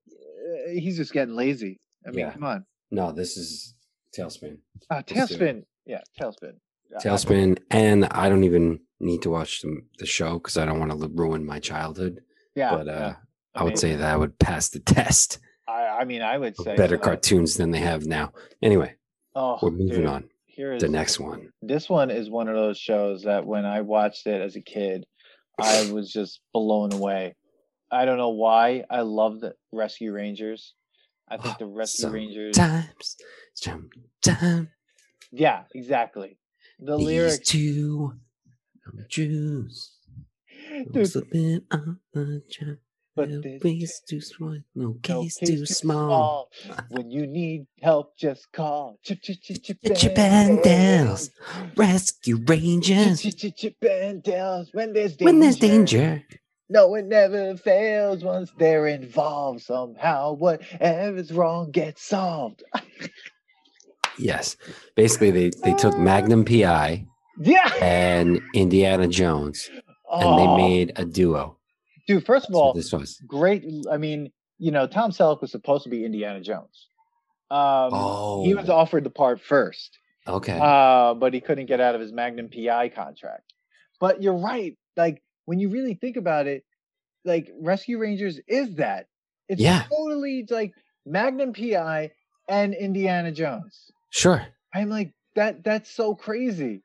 Speaker 3: Uh, He's just getting lazy. I mean,
Speaker 2: Yeah.
Speaker 3: come on.
Speaker 2: no this is tailspin
Speaker 3: Uh,
Speaker 2: Let's do it.
Speaker 3: tailspin. Yeah, tailspin. Uh, Yeah, I-
Speaker 2: tailspin and i don't even need to watch the, the show because i don't want to ruin my childhood
Speaker 3: Yeah.
Speaker 2: but uh
Speaker 3: yeah.
Speaker 2: i would
Speaker 3: mean,
Speaker 2: say that i would pass the test
Speaker 3: I, I mean, I would say
Speaker 2: better
Speaker 3: so.
Speaker 2: cartoons than they have now anyway
Speaker 3: Oh,
Speaker 2: we're moving
Speaker 3: dude,
Speaker 2: on
Speaker 3: Here is
Speaker 2: the next one
Speaker 3: This one is one of those shows that when I watched it as a kid, I was just blown away. I don't know why. I love the Rescue Rangers. I think the Rescue Rangers.
Speaker 2: times sometimes
Speaker 3: Yeah, exactly. The
Speaker 2: these
Speaker 3: lyrics.
Speaker 2: two Jews
Speaker 3: Dude,
Speaker 2: slipping on the job
Speaker 3: but
Speaker 2: no
Speaker 3: this
Speaker 2: waist too small no
Speaker 3: no
Speaker 2: case
Speaker 3: case
Speaker 2: too small
Speaker 3: When you need help, just call. Chip, chip, chip, chip,
Speaker 2: Get your
Speaker 3: Bandels.
Speaker 2: bandels rescue rangers
Speaker 3: Chip, chip, chip, Bandels. When there's danger.
Speaker 2: when there's danger
Speaker 3: No, it never fails once they're involved somehow. Whatever's wrong gets solved.
Speaker 2: yes basically they they took magnum pi
Speaker 3: yeah.
Speaker 2: and indiana jones and
Speaker 3: Oh,
Speaker 2: they made a duo
Speaker 3: dude, first of
Speaker 2: That's what
Speaker 3: all,
Speaker 2: this was
Speaker 3: great. I mean, you know, Tom Selleck was supposed to be Indiana Jones. Um,
Speaker 2: oh
Speaker 3: He was offered the part first,
Speaker 2: okay
Speaker 3: uh, but he couldn't get out of his Magnum PI contract. But you're right. Like, when you really think about it, like, Rescue Rangers is that. It's
Speaker 2: Yeah.
Speaker 3: totally like Magnum PI and Indiana Jones.
Speaker 2: sure
Speaker 3: I'm like that. That's so crazy.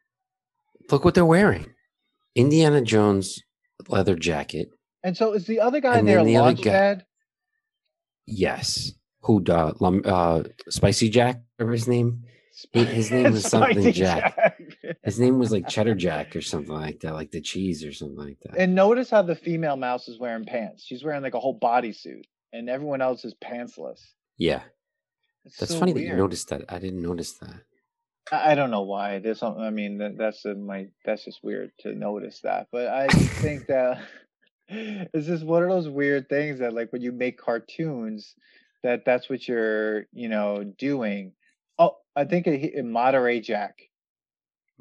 Speaker 2: Look what they're wearing. Indiana Jones leather jacket.
Speaker 3: And so is the other guy
Speaker 2: And
Speaker 3: there
Speaker 2: then the other
Speaker 3: launch
Speaker 2: guy-
Speaker 3: pad?
Speaker 2: Yes. Who uh, lum, uh spicy Jack, whatever his name. He- his name was something
Speaker 3: Spicy
Speaker 2: Jack. His name was like Cheddar Jack or something like that, like the cheese or something like that.
Speaker 3: And notice how the female mouse is wearing pants. She's wearing like a whole bodysuit, and everyone else is pantsless.
Speaker 2: yeah,
Speaker 3: It's
Speaker 2: that's
Speaker 3: so
Speaker 2: funny that you
Speaker 3: weird.
Speaker 2: noticed that. I didn't notice that.
Speaker 3: I I don't know why. There's something. I mean, that, that's a, my. That's just weird to notice that. But I think that it's just one of those weird things that, like, when you make cartoons, that that's what you're, you know, doing. Oh, I think it, it moderate Jack.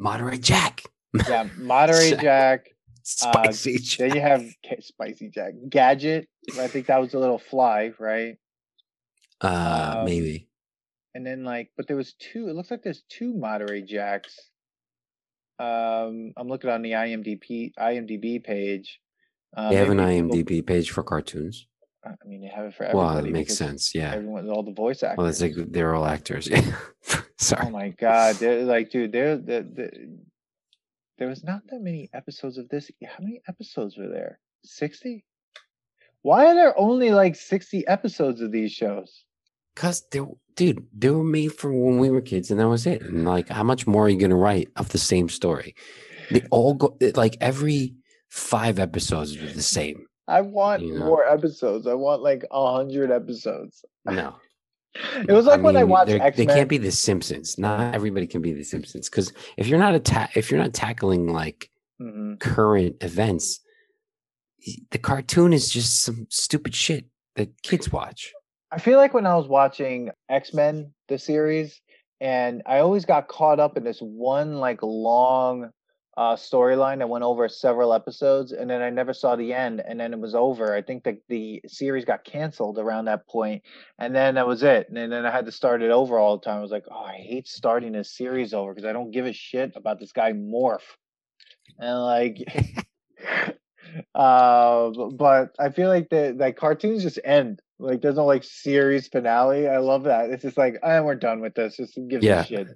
Speaker 2: Moderate Jack,
Speaker 3: Yeah, uh, moderate
Speaker 2: Exactly.
Speaker 3: Jack.
Speaker 2: spicy Jack.
Speaker 3: Then you have K- spicy Jack gadget. I think that was a little fly, right?
Speaker 2: uh,
Speaker 3: um,
Speaker 2: maybe.
Speaker 3: and then like but there was two it looks like there's two moderate jacks um i'm looking on the imdb imdb page um,
Speaker 2: They have an
Speaker 3: maybe people-
Speaker 2: IMDb page for cartoons.
Speaker 3: i mean they have it for
Speaker 2: Well,
Speaker 3: everybody
Speaker 2: that makes
Speaker 3: because
Speaker 2: sense. Yeah.
Speaker 3: everyone all the voice actors
Speaker 2: Well, it's like they're all actors.
Speaker 3: oh
Speaker 2: Sorry.
Speaker 3: my god they're like dude there the, the, there was not that many episodes of this how many episodes were there 60 why are there only like 60 episodes of these shows
Speaker 2: Cause they, w- dude, they were made for when we were kids, and that was it. And like, how much more are you gonna write of the same story? They all go it- like every five episodes was the same.
Speaker 3: i want
Speaker 2: Yeah.
Speaker 3: more episodes i want like 100 episodes
Speaker 2: No,
Speaker 3: It was like when I watched X
Speaker 2: They
Speaker 3: Men.
Speaker 2: can't be the Simpsons. Not everybody can be the Simpsons. Because if you're not atta- if you're not tackling like
Speaker 3: Mm-hmm.
Speaker 2: current events, y- the cartoon is just some stupid shit that kids watch.
Speaker 3: I feel like when I was watching X Men the series, and I always got caught up in this one like long uh, storyline that went over several episodes, and then I never saw the end, and then it was over. I think that the series got canceled around that point, and then that was it. And then I had to start it over all the time. I was like, oh, I hate starting this series over because I don't give a shit about this guy Morph, and like. uh b- but i feel like the like cartoons just end like there's no like series finale i love that it's just like and we're done with this just give
Speaker 2: Yeah.
Speaker 3: a shit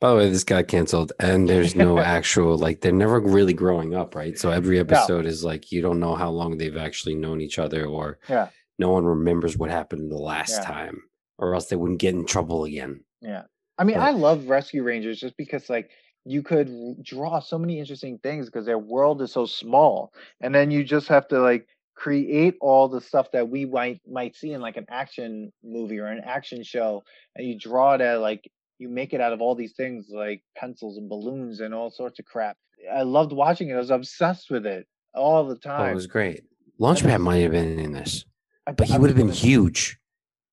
Speaker 2: By the way, this got canceled, and there's no actual like they're never really growing up, right? So every episode is like you don't know how long they've actually known each other, or
Speaker 3: Yeah.
Speaker 2: no one remembers what happened the last
Speaker 3: Yeah.
Speaker 2: time, or else they wouldn't get in trouble again.
Speaker 3: i mean
Speaker 2: But-
Speaker 3: i love rescue rangers just because like you could r- draw so many interesting things because their world is so small and then you just have to like create all the stuff that we might might see in like an action movie or an action show and you draw it out like you make it out of all these things like pencils and balloons and all sorts of crap i loved watching it i was obsessed with it all the
Speaker 2: Oh,
Speaker 3: time
Speaker 2: it was great. Launchpad might have been in this,
Speaker 3: I-
Speaker 2: but he
Speaker 3: I
Speaker 2: would have been
Speaker 3: was-
Speaker 2: huge.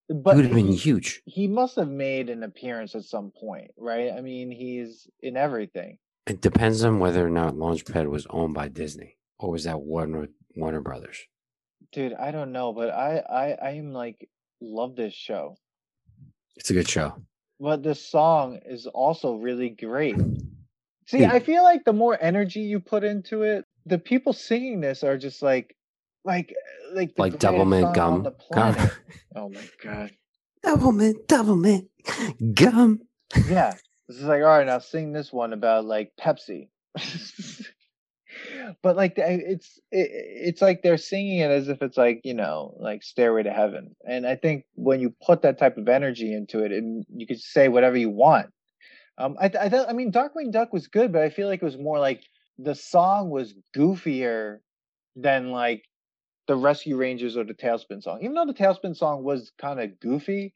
Speaker 2: He
Speaker 3: but
Speaker 2: would have been
Speaker 3: he-
Speaker 2: huge.
Speaker 3: he must have made an appearance at some point right i mean he's in everything
Speaker 2: It depends on whether or not Launchpad was owned by Disney or was that Warner Warner Brothers.
Speaker 3: dude i don't know but i i i am like love this show
Speaker 2: It's a good show.
Speaker 3: but this song is also really great see
Speaker 2: Dude.
Speaker 3: i feel like the more energy you put into it the people singing this are just like like like the
Speaker 2: Like
Speaker 3: greatest
Speaker 2: Doublemint
Speaker 3: song on
Speaker 2: Gum.
Speaker 3: the
Speaker 2: Gum.
Speaker 3: planet. oh my god
Speaker 2: Doublemint, Doublemint, gum.
Speaker 3: yeah this is like all right now sing this one about like pepsi but like I- it's it, it's like they're singing it as if it's like you know like stairway to heaven and i think when you put that type of energy into it and you could say whatever you want um i th- i, th- I mean darkwing duck was good but i feel like it was more like the song was goofier than like the rescue rangers or the tailspin song even though the tailspin song was kind of goofy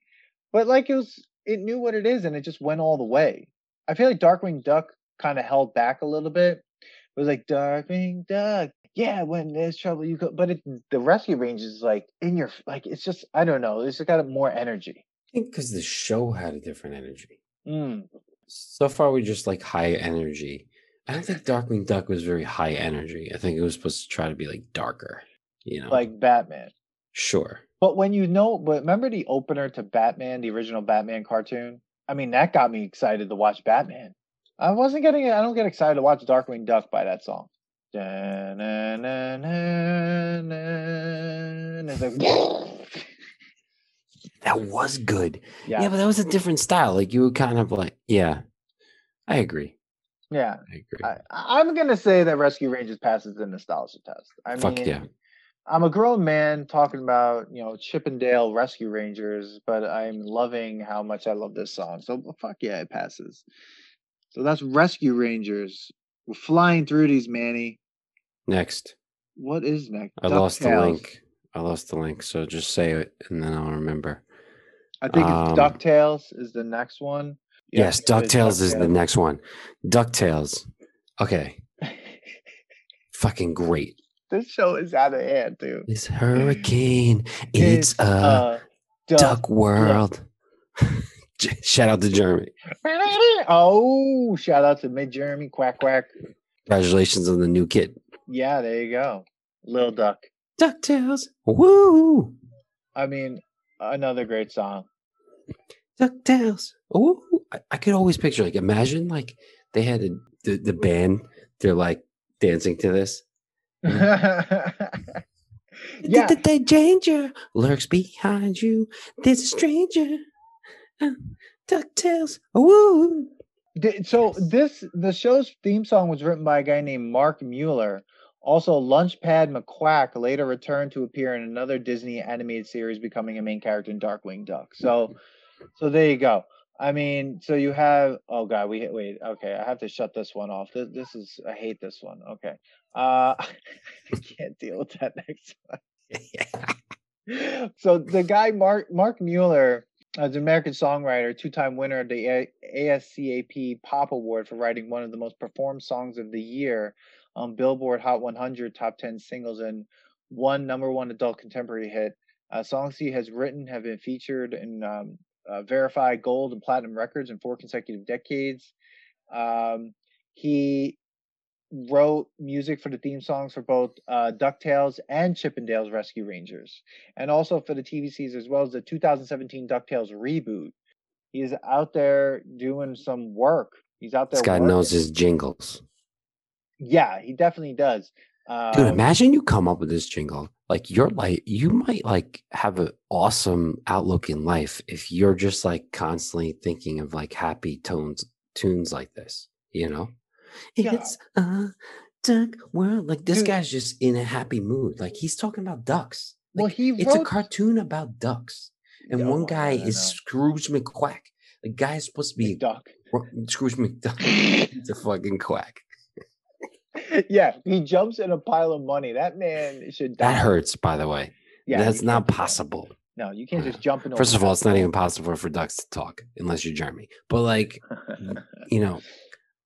Speaker 3: but like it was it knew what it is and it just went all the way i feel like darkwing duck kind of held back a little bit it was like darkwing duck yeah when there's trouble you go but it, the rescue rangers is like in your f- like it's just i don't know it's just got more energy
Speaker 2: I think because the show had a different energy.
Speaker 3: mm.
Speaker 2: So far, we're just like high energy. I don't think Darkwing Duck was very high energy. I think it was supposed to try to be like darker, you know?
Speaker 3: like batman
Speaker 2: sure.
Speaker 3: but when you know but remember the opener to batman the original batman cartoon i mean that got me excited to watch batman i wasn't getting i don't get excited to watch darkwing duck by that song Da-na-na-na-na. It's like,
Speaker 2: That was good. Yeah.
Speaker 3: yeah,
Speaker 2: but that was a different style. Like you were kind of like, yeah, I agree.
Speaker 3: yeah.
Speaker 2: I agree.
Speaker 3: I, I- I'm gonna say that Rescue Rangers passes the nostalgia test. I
Speaker 2: Fuck
Speaker 3: mean,
Speaker 2: yeah.
Speaker 3: I'm a grown man talking about you know Chippendale Rescue Rangers, but I'm loving how much I love this song. So fuck yeah, it passes. So that's Rescue Rangers. We're flying through these, Manny.
Speaker 2: Next.
Speaker 3: What is next?
Speaker 2: I lost the
Speaker 3: DuckTales.
Speaker 2: link. I lost the link, so just say it and then I'll remember.
Speaker 3: I think it's
Speaker 2: Um,
Speaker 3: Ducktales is the next one. Yeah,
Speaker 2: yes,
Speaker 3: it is
Speaker 2: DuckTales is the next one. DuckTales. Okay. Fucking great.
Speaker 3: this show is out of hand, dude.
Speaker 2: This hurricane. It's, a
Speaker 3: uh,
Speaker 2: duck world. J- Shout out to Jeremy.
Speaker 3: Oh, shout out to Mid Jeremy Quack Quack.
Speaker 2: Congratulations on the new kid.
Speaker 3: Yeah, there you go. Lil Duck.
Speaker 2: DuckTales. Woo!
Speaker 3: I mean, another great song.
Speaker 2: DuckTales. Oh, I, I could always picture like imagine like they had a, the the band. They're like dancing to this.
Speaker 3: yeah,
Speaker 2: The, the danger lurks behind you. There's a stranger. Uh, DuckTales. Woo!
Speaker 3: Th- So this the show's theme song was written by a guy named Mark Mueller. Also, Lunchpad McQuack later returned to appear in another Disney animated series, becoming a main character in Darkwing Duck. So, so there you go. I mean, so you have oh god, we hit wait. Okay, I have to shut this one off. This, this is I hate this one. Okay, uh, I can't deal with that next one. so the guy Mark Mark Mueller as an Uh, American songwriter, two-time winner of the A- ASCAP Pop Award for writing one of the most performed songs of the year on um, Billboard Hot 100 top 10 singles and one number one adult contemporary hit. Uh, songs he has written have been featured in um, uh, verified gold and platinum records in four consecutive decades. Um, he wrote music for the theme songs for both uh, DuckTales and Chippendales Rescue Rangers and also for the TV series as well as the 2017 DuckTales reboot. He's out there doing some work. He's out there.
Speaker 2: This guy
Speaker 3: working.
Speaker 2: knows his jingles.
Speaker 3: Yeah, he definitely does. Um,
Speaker 2: Dude, imagine you come up with this jingle. Like you're like you might like have an awesome outlook in life if you're just like constantly thinking of like happy tones tunes like this, you know?
Speaker 3: Yeah.
Speaker 2: It's a duck world. Like this
Speaker 3: Dude.
Speaker 2: guy's just in a happy mood. Like he's talking about ducks.
Speaker 3: well,
Speaker 2: Like,
Speaker 3: he
Speaker 2: it's a
Speaker 3: wrote-
Speaker 2: cartoon about ducks. And
Speaker 3: Yeah,
Speaker 2: one
Speaker 3: oh,
Speaker 2: guy
Speaker 3: I don't
Speaker 2: is
Speaker 3: know.
Speaker 2: Scrooge McQuack. The guy is supposed to
Speaker 3: He's
Speaker 2: be
Speaker 3: duck.
Speaker 2: Scrooge McDuck. It's a fucking quack.
Speaker 3: yeah, he jumps in a pile of money. That man should. Die.
Speaker 2: That hurts, by the way.
Speaker 3: Yeah,
Speaker 2: That's
Speaker 3: you
Speaker 2: not
Speaker 3: can't do that.
Speaker 2: possible.
Speaker 3: No, you can't just jump in.
Speaker 2: First of all, it's not even possible for ducks to talk unless you're Jeremy. But like,
Speaker 3: Uh,
Speaker 2: you know,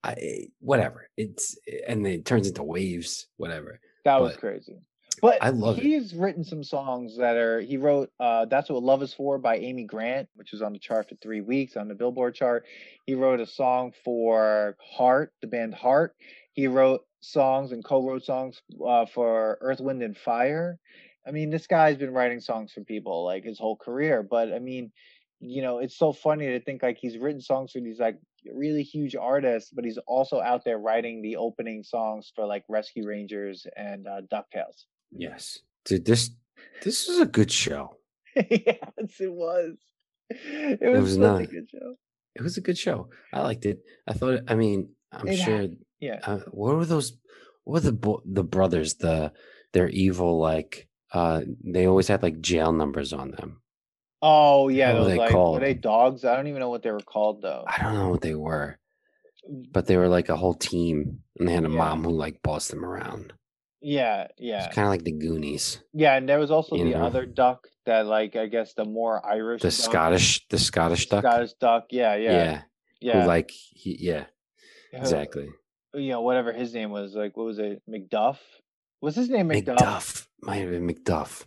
Speaker 2: I whatever. It's and it turns into waves, whatever.
Speaker 3: that was
Speaker 2: but
Speaker 3: crazy. But
Speaker 2: I love it.
Speaker 3: he's written some songs that are he wrote uh that's what love is for by amy grant which was on the chart for three weeks on the billboard chart he wrote a song for heart the band heart he wrote songs and co-wrote songs uh, for earth wind and fire i mean this guy's been writing songs for people like his whole career but i mean you know it's so funny to think like he's written songs for these like really huge artists but he's also out there writing the opening songs for like rescue rangers and uh, ducktales
Speaker 2: Yes, dude. This this is a good show.
Speaker 3: yes, it was. It was,
Speaker 2: was
Speaker 3: such a
Speaker 2: not.
Speaker 3: good show.
Speaker 2: It was a good show. I liked it. I thought. I mean, I'm
Speaker 3: It
Speaker 2: sure.
Speaker 3: Yeah.
Speaker 2: Uh, what were those? What were the bo- the brothers? The they're evil. Like uh, they always had like jail numbers on them.
Speaker 3: Oh yeah,
Speaker 2: What were
Speaker 3: those
Speaker 2: they
Speaker 3: like were
Speaker 2: called?
Speaker 3: they dogs? I don't even know what they were called though.
Speaker 2: I don't know what they were, but they were like a whole team, and they had a
Speaker 3: Yeah.
Speaker 2: mom who like bossed them around.
Speaker 3: Yeah, yeah,
Speaker 2: It's kind of like the Goonies,
Speaker 3: yeah. And there was also
Speaker 2: You
Speaker 3: the
Speaker 2: know.
Speaker 3: other duck that, like, I guess the more Irish,
Speaker 2: the
Speaker 3: duck,
Speaker 2: Scottish, the Scottish duck.
Speaker 3: Scottish duck. Yeah,
Speaker 2: yeah.
Speaker 3: yeah,
Speaker 2: Who,
Speaker 3: yeah.
Speaker 2: like, he, yeah,
Speaker 3: Uh,
Speaker 2: exactly.
Speaker 3: You know, whatever his name was, like, what was it, McDuff? Was his name
Speaker 2: McDuff.
Speaker 3: McDuff?
Speaker 2: might have been McDuff.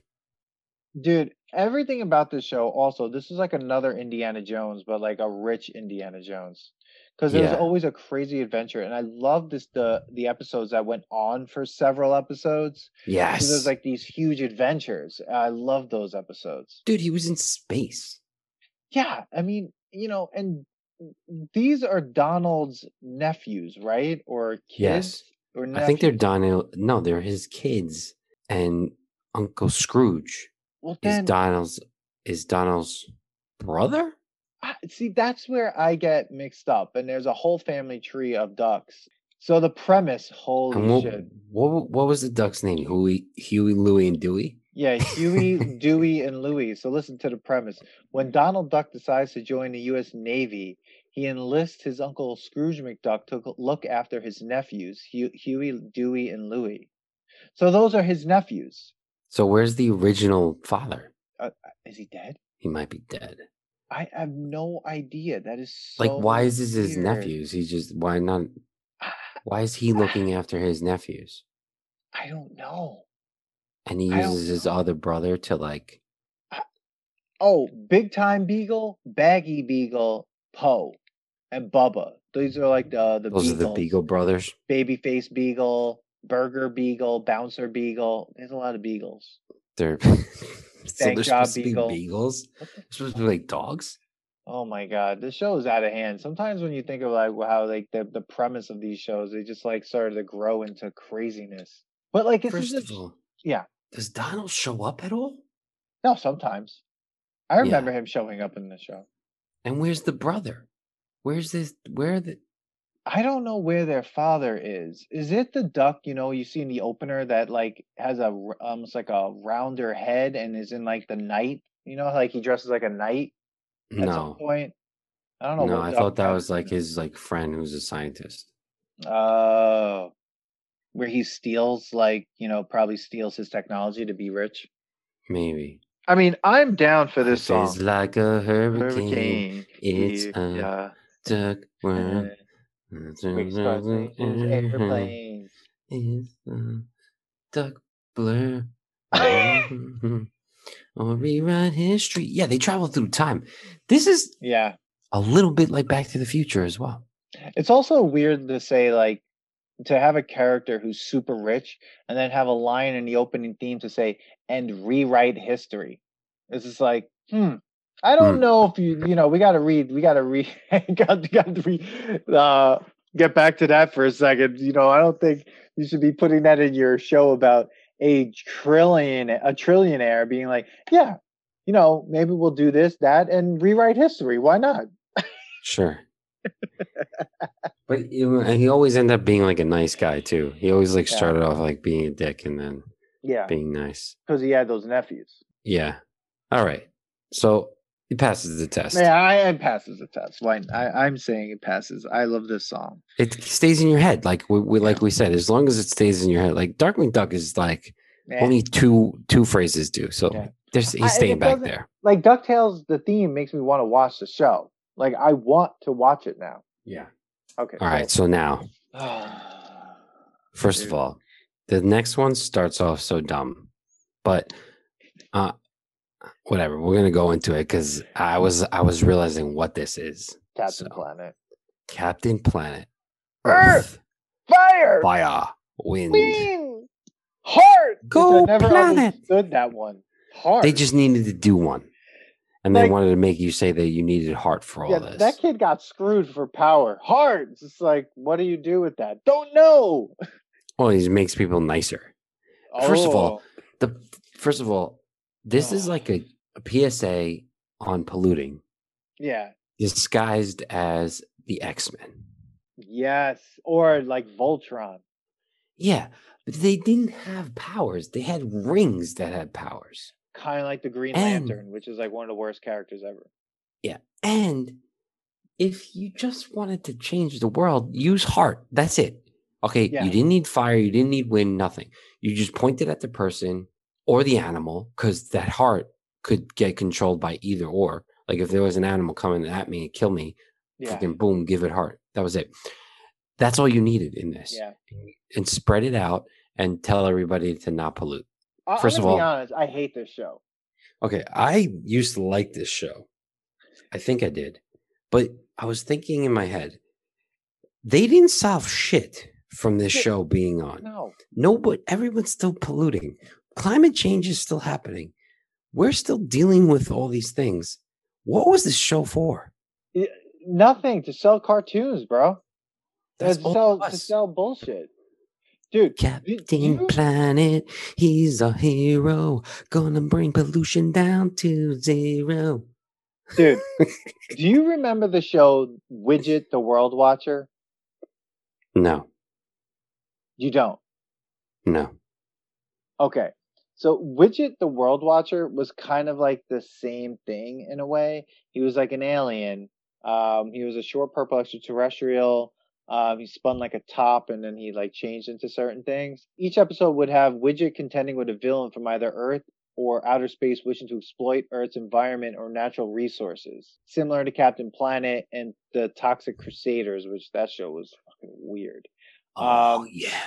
Speaker 3: Dude, everything about this show. Also, this is like another Indiana Jones, but like a rich Indiana Jones, because there's
Speaker 2: Yeah.
Speaker 3: always a crazy adventure, and I love this the the episodes that went on for several episodes. So
Speaker 2: Yes,
Speaker 3: there's like these huge adventures. I love those episodes.
Speaker 2: dude, he was in space.
Speaker 3: Yeah, I mean, you know, and these are Donald's nephews, right? Or kids?
Speaker 2: Yes.
Speaker 3: Or
Speaker 2: I think they're
Speaker 3: nephews.
Speaker 2: Donald. No, they're his kids, and Uncle Scrooge
Speaker 3: well,
Speaker 2: is
Speaker 3: then,
Speaker 2: Donald's is Donald's brother.
Speaker 3: I- see that's where i get mixed up and there's a whole family tree of ducks so the premise holy
Speaker 2: And what,
Speaker 3: shit
Speaker 2: what what was the duck's name? Huey, Huey, Louie, and Dewey.
Speaker 3: yeah huey dewey and louie so listen to the premise when donald duck decides to join the u.s navy He enlists his uncle Scrooge McDuck to look after his nephews, Hu- Huey, Dewey, and Louie. So those are his nephews.
Speaker 2: So where's the original father?
Speaker 3: Is he dead?
Speaker 2: He might be dead.
Speaker 3: I have no idea. That is so
Speaker 2: Like, why is this his
Speaker 3: weird.
Speaker 2: nephews? He's just why not? Why is he looking after his nephews?
Speaker 3: I don't know.
Speaker 2: And he
Speaker 3: I don't
Speaker 2: uses his
Speaker 3: know.
Speaker 2: other brother to like.
Speaker 3: Oh, Big Time Beagle, Baggy Beagle, Poe, and Bubba. These are like the the,
Speaker 2: Those are the Beagle brothers.
Speaker 3: Babyface Beagle, Burger Beagle, Bouncer Beagle. There's a lot of beagles.
Speaker 2: They're so
Speaker 3: Bank
Speaker 2: they're
Speaker 3: job
Speaker 2: supposed to
Speaker 3: beagle.
Speaker 2: be beagles.
Speaker 3: What the-
Speaker 2: They're supposed to be like dogs.
Speaker 3: Oh my god, this show is out of hand. Sometimes when you think of like how like the, the premise of these shows, they just like started to grow into craziness. But like it's
Speaker 2: First
Speaker 3: just
Speaker 2: of all,
Speaker 3: yeah.
Speaker 2: Does Donald show up at all?
Speaker 3: no, sometimes I
Speaker 2: Yeah.
Speaker 3: remember him showing up in the show.
Speaker 2: And where's the brother? Where's this? Where the?
Speaker 3: I don't know where their father is. Is it the duck you know you see in the opener that like has a r- almost like a rounder head and is in like the knight? You know, like he dresses like a knight at some
Speaker 2: No,
Speaker 3: point. I don't know.
Speaker 2: no.
Speaker 3: what
Speaker 2: I
Speaker 3: duck
Speaker 2: thought that was
Speaker 3: is.
Speaker 2: like his like friend who's a scientist.
Speaker 3: Oh, where he steals, like, you know, probably steals his technology to be rich.
Speaker 2: Maybe.
Speaker 3: I mean, I'm down for this song.
Speaker 2: It's like a hurricane.
Speaker 3: Hurricane.
Speaker 2: It's a
Speaker 3: yeah.
Speaker 2: duck
Speaker 3: Uh,
Speaker 2: worm.
Speaker 3: we start making airplanes.
Speaker 2: It's a duck blur. or rewrite history. Yeah, they travel through time. This is
Speaker 3: Yeah.
Speaker 2: a little bit like Back to the Future as well.
Speaker 3: It's also weird to say, like, to have a character who's super rich and then have a line in the opening theme to say, and rewrite history. It's just like, hmm. I don't
Speaker 2: Hmm.
Speaker 3: know if you, you know, we got to read, we got to read, got, got to read, uh, get back to that for a second. You know, I don't think you should be putting that in your show about a trillion, a trillionaire being like, yeah, you know, maybe we'll do this, that, and rewrite history. Why not?
Speaker 2: Sure. but you know, and he always ended up being like a nice guy too. He always like
Speaker 3: Yeah.
Speaker 2: started off like being a dick and then
Speaker 3: Yeah.
Speaker 2: being nice.
Speaker 3: Because he had those nephews.
Speaker 2: Yeah. All right. So he passes the test.
Speaker 3: Yeah, I, it passes the test. Why? I, I'm saying it passes. I love this song.
Speaker 2: It stays in your head, like we, we like we said. As long as it stays in your head, like Darkwing Duck is like
Speaker 3: Eh.
Speaker 2: only two two phrases do. So
Speaker 3: Yeah.
Speaker 2: there's
Speaker 3: I-
Speaker 2: he's staying
Speaker 3: it
Speaker 2: back
Speaker 3: doesn't-
Speaker 2: there.
Speaker 3: like Ducktales, the theme makes me want to watch the show. Like I want to watch it now.
Speaker 2: Yeah.
Speaker 3: Okay.
Speaker 2: All right. So now, first of
Speaker 3: Dude.
Speaker 2: all, the next one starts off so dumb, but uh, whatever. We're gonna go into it because I was I was realizing what this is.
Speaker 3: Captain
Speaker 2: So-
Speaker 3: Planet.
Speaker 2: Captain Planet,
Speaker 3: Earth,
Speaker 2: Earth,
Speaker 3: Fire.
Speaker 2: fire, wind.
Speaker 3: Queen. Heart. Which
Speaker 2: Go
Speaker 3: I never
Speaker 2: Planet.
Speaker 3: understood that one. Heart.
Speaker 2: They just needed to do one. And they
Speaker 3: Like-
Speaker 2: wanted to make you say that you needed heart for all
Speaker 3: yeah,
Speaker 2: this.
Speaker 3: that kid got screwed for power. Heart. It's just like, what do you do with that? Don't know.
Speaker 2: Well, he makes people nicer. First of all,
Speaker 3: Oh,
Speaker 2: The first of all, this is
Speaker 3: Oh.
Speaker 2: like a, a PSA on polluting,
Speaker 3: yeah.
Speaker 2: disguised as the X Men.
Speaker 3: Yes. Or like Voltron.
Speaker 2: Yeah, but they didn't have powers. They had rings that had powers,
Speaker 3: kind of like the Green
Speaker 2: And-
Speaker 3: Lantern, which is like one of the worst characters ever.
Speaker 2: and if you just wanted to change the world, use heart. That's it. Okay,
Speaker 3: Yeah.
Speaker 2: you didn't need fire, you didn't need wind, nothing. You just pointed at the person or the animal because that heart could get controlled by either or. Like if there was an animal coming at me and kill me,
Speaker 3: Yeah,
Speaker 2: freaking boom, give it heart. That was it. That's all you needed in this.
Speaker 3: yeah.
Speaker 2: And spread it out and tell everybody to not pollute.
Speaker 3: I,
Speaker 2: First
Speaker 3: I'm
Speaker 2: of
Speaker 3: gonna be
Speaker 2: all-
Speaker 3: honest, I hate this show.
Speaker 2: Okay, I used to like this show. I think I did. But I was thinking in my head, they didn't solve shit from this
Speaker 3: Shit.
Speaker 2: show being on.
Speaker 3: No,
Speaker 2: No, but everyone's still polluting. Climate change is still happening. We're still dealing with all these things. What was this show for?
Speaker 3: I- nothing to sell cartoons, bro.
Speaker 2: That's
Speaker 3: to
Speaker 2: all
Speaker 3: sell
Speaker 2: it
Speaker 3: to
Speaker 2: was.
Speaker 3: sell bullshit, dude.
Speaker 2: Captain
Speaker 3: you-
Speaker 2: Planet, he's a hero. Gonna bring pollution down to zero.
Speaker 3: Dude, do you remember the show Widget the World Watcher?
Speaker 2: No,
Speaker 3: You don't.
Speaker 2: no.
Speaker 3: Okay. So Widget the World Watcher was kind of like the same thing in a way. He was like an alien Um, he was a short purple extraterrestrial. Um, he spun like a top and then he like changed into certain things. Each episode would have Widget contending with a villain from either Earth or outer space wishing to exploit Earth's environment or natural resources, similar to Captain Planet and the Toxic Crusaders, which that show was fucking weird.
Speaker 2: Oh yeah.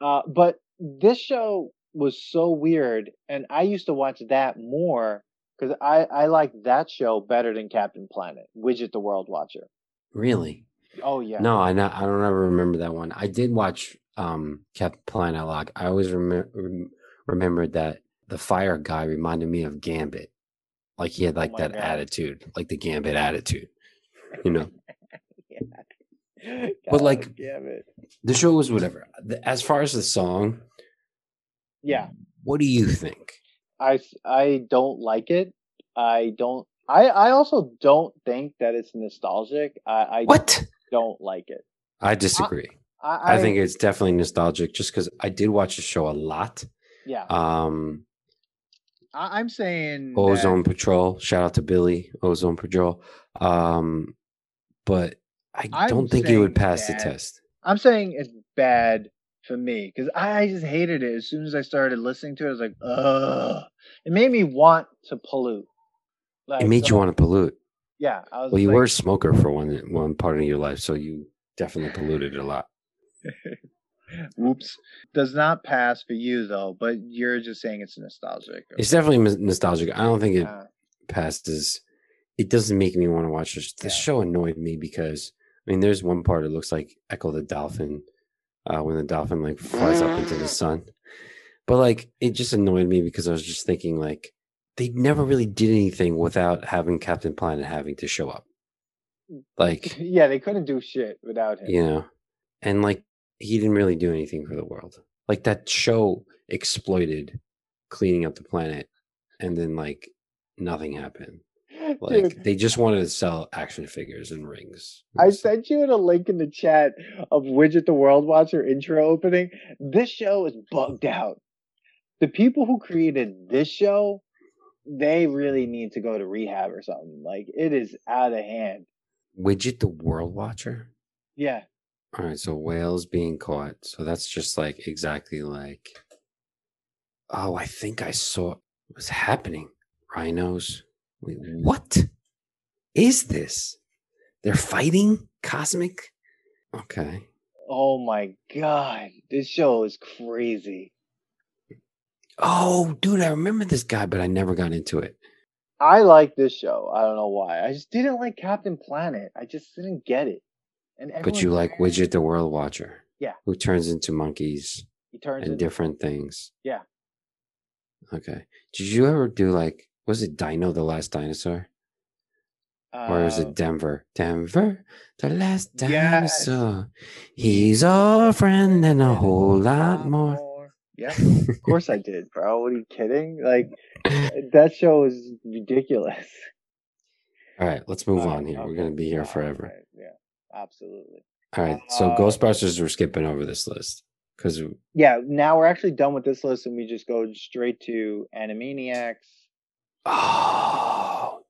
Speaker 3: Uh, but this show was so weird, and I used to watch that more because I I liked that show better than Captain Planet, Widget the World Watcher.
Speaker 2: Really?
Speaker 3: Oh yeah.
Speaker 2: No, I not, I don't ever remember that one. I did watch um Captain Planet a lot. I always remember rem- remembered that the fire guy reminded me of Gambit. Like he had like
Speaker 3: Oh my
Speaker 2: that
Speaker 3: God.
Speaker 2: attitude, like the Gambit attitude. You know,
Speaker 3: yeah.
Speaker 2: But, like-
Speaker 3: damn it.
Speaker 2: the show was whatever. The- As far as the song,
Speaker 3: Yeah,
Speaker 2: what do you think?
Speaker 3: I s- I don't like it. I don't. I I also don't think that it's nostalgic. I I
Speaker 2: What?
Speaker 3: don't like it.
Speaker 2: I disagree.
Speaker 3: I
Speaker 2: I, think it's definitely nostalgic, just because I did watch the show a lot.
Speaker 3: yeah.
Speaker 2: Um,
Speaker 3: I, I'm saying that-
Speaker 2: Ozone Patrol. Shout out to Billy Ozone Patrol. Um, but I
Speaker 3: I'm
Speaker 2: don't think it would
Speaker 3: saying
Speaker 2: pass the
Speaker 3: that-
Speaker 2: test.
Speaker 3: I'm saying it's bad for me because I just hated it. As soon as I started listening to it, I was like, ugh. It made me want to pollute. Like,
Speaker 2: It made you
Speaker 3: so-
Speaker 2: want to pollute.
Speaker 3: Yeah. I was
Speaker 2: Well, you
Speaker 3: like,
Speaker 2: were a smoker for one one part of your life, so you definitely polluted a lot.
Speaker 3: Oops. Does not pass for you though, but you're just saying it's nostalgic.
Speaker 2: It's definitely mis- nostalgic. I don't think it
Speaker 3: Uh,
Speaker 2: passes. It doesn't make me want to watch this. This
Speaker 3: Yeah.
Speaker 2: show annoyed me because I mean, there's one part it looks like Echo the dolphin uh, when the dolphin like flies up into the sun, but like it just annoyed me because I was just thinking like they never really did anything without having Captain Planet having to show up, like
Speaker 3: yeah, they couldn't do shit without him.
Speaker 2: you know and like he didn't really do anything for the world like that show exploited cleaning up the planet and then like nothing happened like
Speaker 3: Dude,
Speaker 2: they just wanted to sell action figures and rings
Speaker 3: I
Speaker 2: It's-
Speaker 3: sent you a link in the chat of Widget the World Watcher intro opening. This show is bugged out. The people who created this show, they really need to go to rehab or something. Like it is out of hand.
Speaker 2: widget the world watcher
Speaker 3: Yeah.
Speaker 2: all right so whales being caught so that's just like exactly like oh i think i saw what's happening rhinos Wait, what is this they're fighting cosmic okay
Speaker 3: Oh my god. This show is crazy.
Speaker 2: Oh, dude, I remember this guy, but I never got into it.
Speaker 3: I like this show. I don't know why. I just didn't like Captain Planet. I just didn't get it. And
Speaker 2: But you
Speaker 3: everyone's
Speaker 2: like
Speaker 3: wearing-
Speaker 2: Widget the World Watcher.
Speaker 3: Yeah.
Speaker 2: Who turns into monkeys
Speaker 3: He turns
Speaker 2: and
Speaker 3: into
Speaker 2: different things.
Speaker 3: Yeah.
Speaker 2: Okay. Did you ever do like, was it Dino the Last Dinosaur? or is
Speaker 3: uh,
Speaker 2: it Denver? Denver, the last
Speaker 3: Yes.
Speaker 2: dinosaur. He's
Speaker 3: uh,
Speaker 2: our friend and a whole lot more.
Speaker 3: Yeah, of course I did, bro. What are you kidding? Like that show is ridiculous.
Speaker 2: All right, let's move on
Speaker 3: Um,
Speaker 2: here. We're
Speaker 3: okay.
Speaker 2: going to be here
Speaker 3: Yeah,
Speaker 2: forever.
Speaker 3: alright, Yeah, absolutely.
Speaker 2: All right. So
Speaker 3: Uh,
Speaker 2: Ghostbusters, we're skipping over this list because
Speaker 3: Yeah, now we're actually done with this list, and we just go straight to Animaniacs.
Speaker 2: Oh,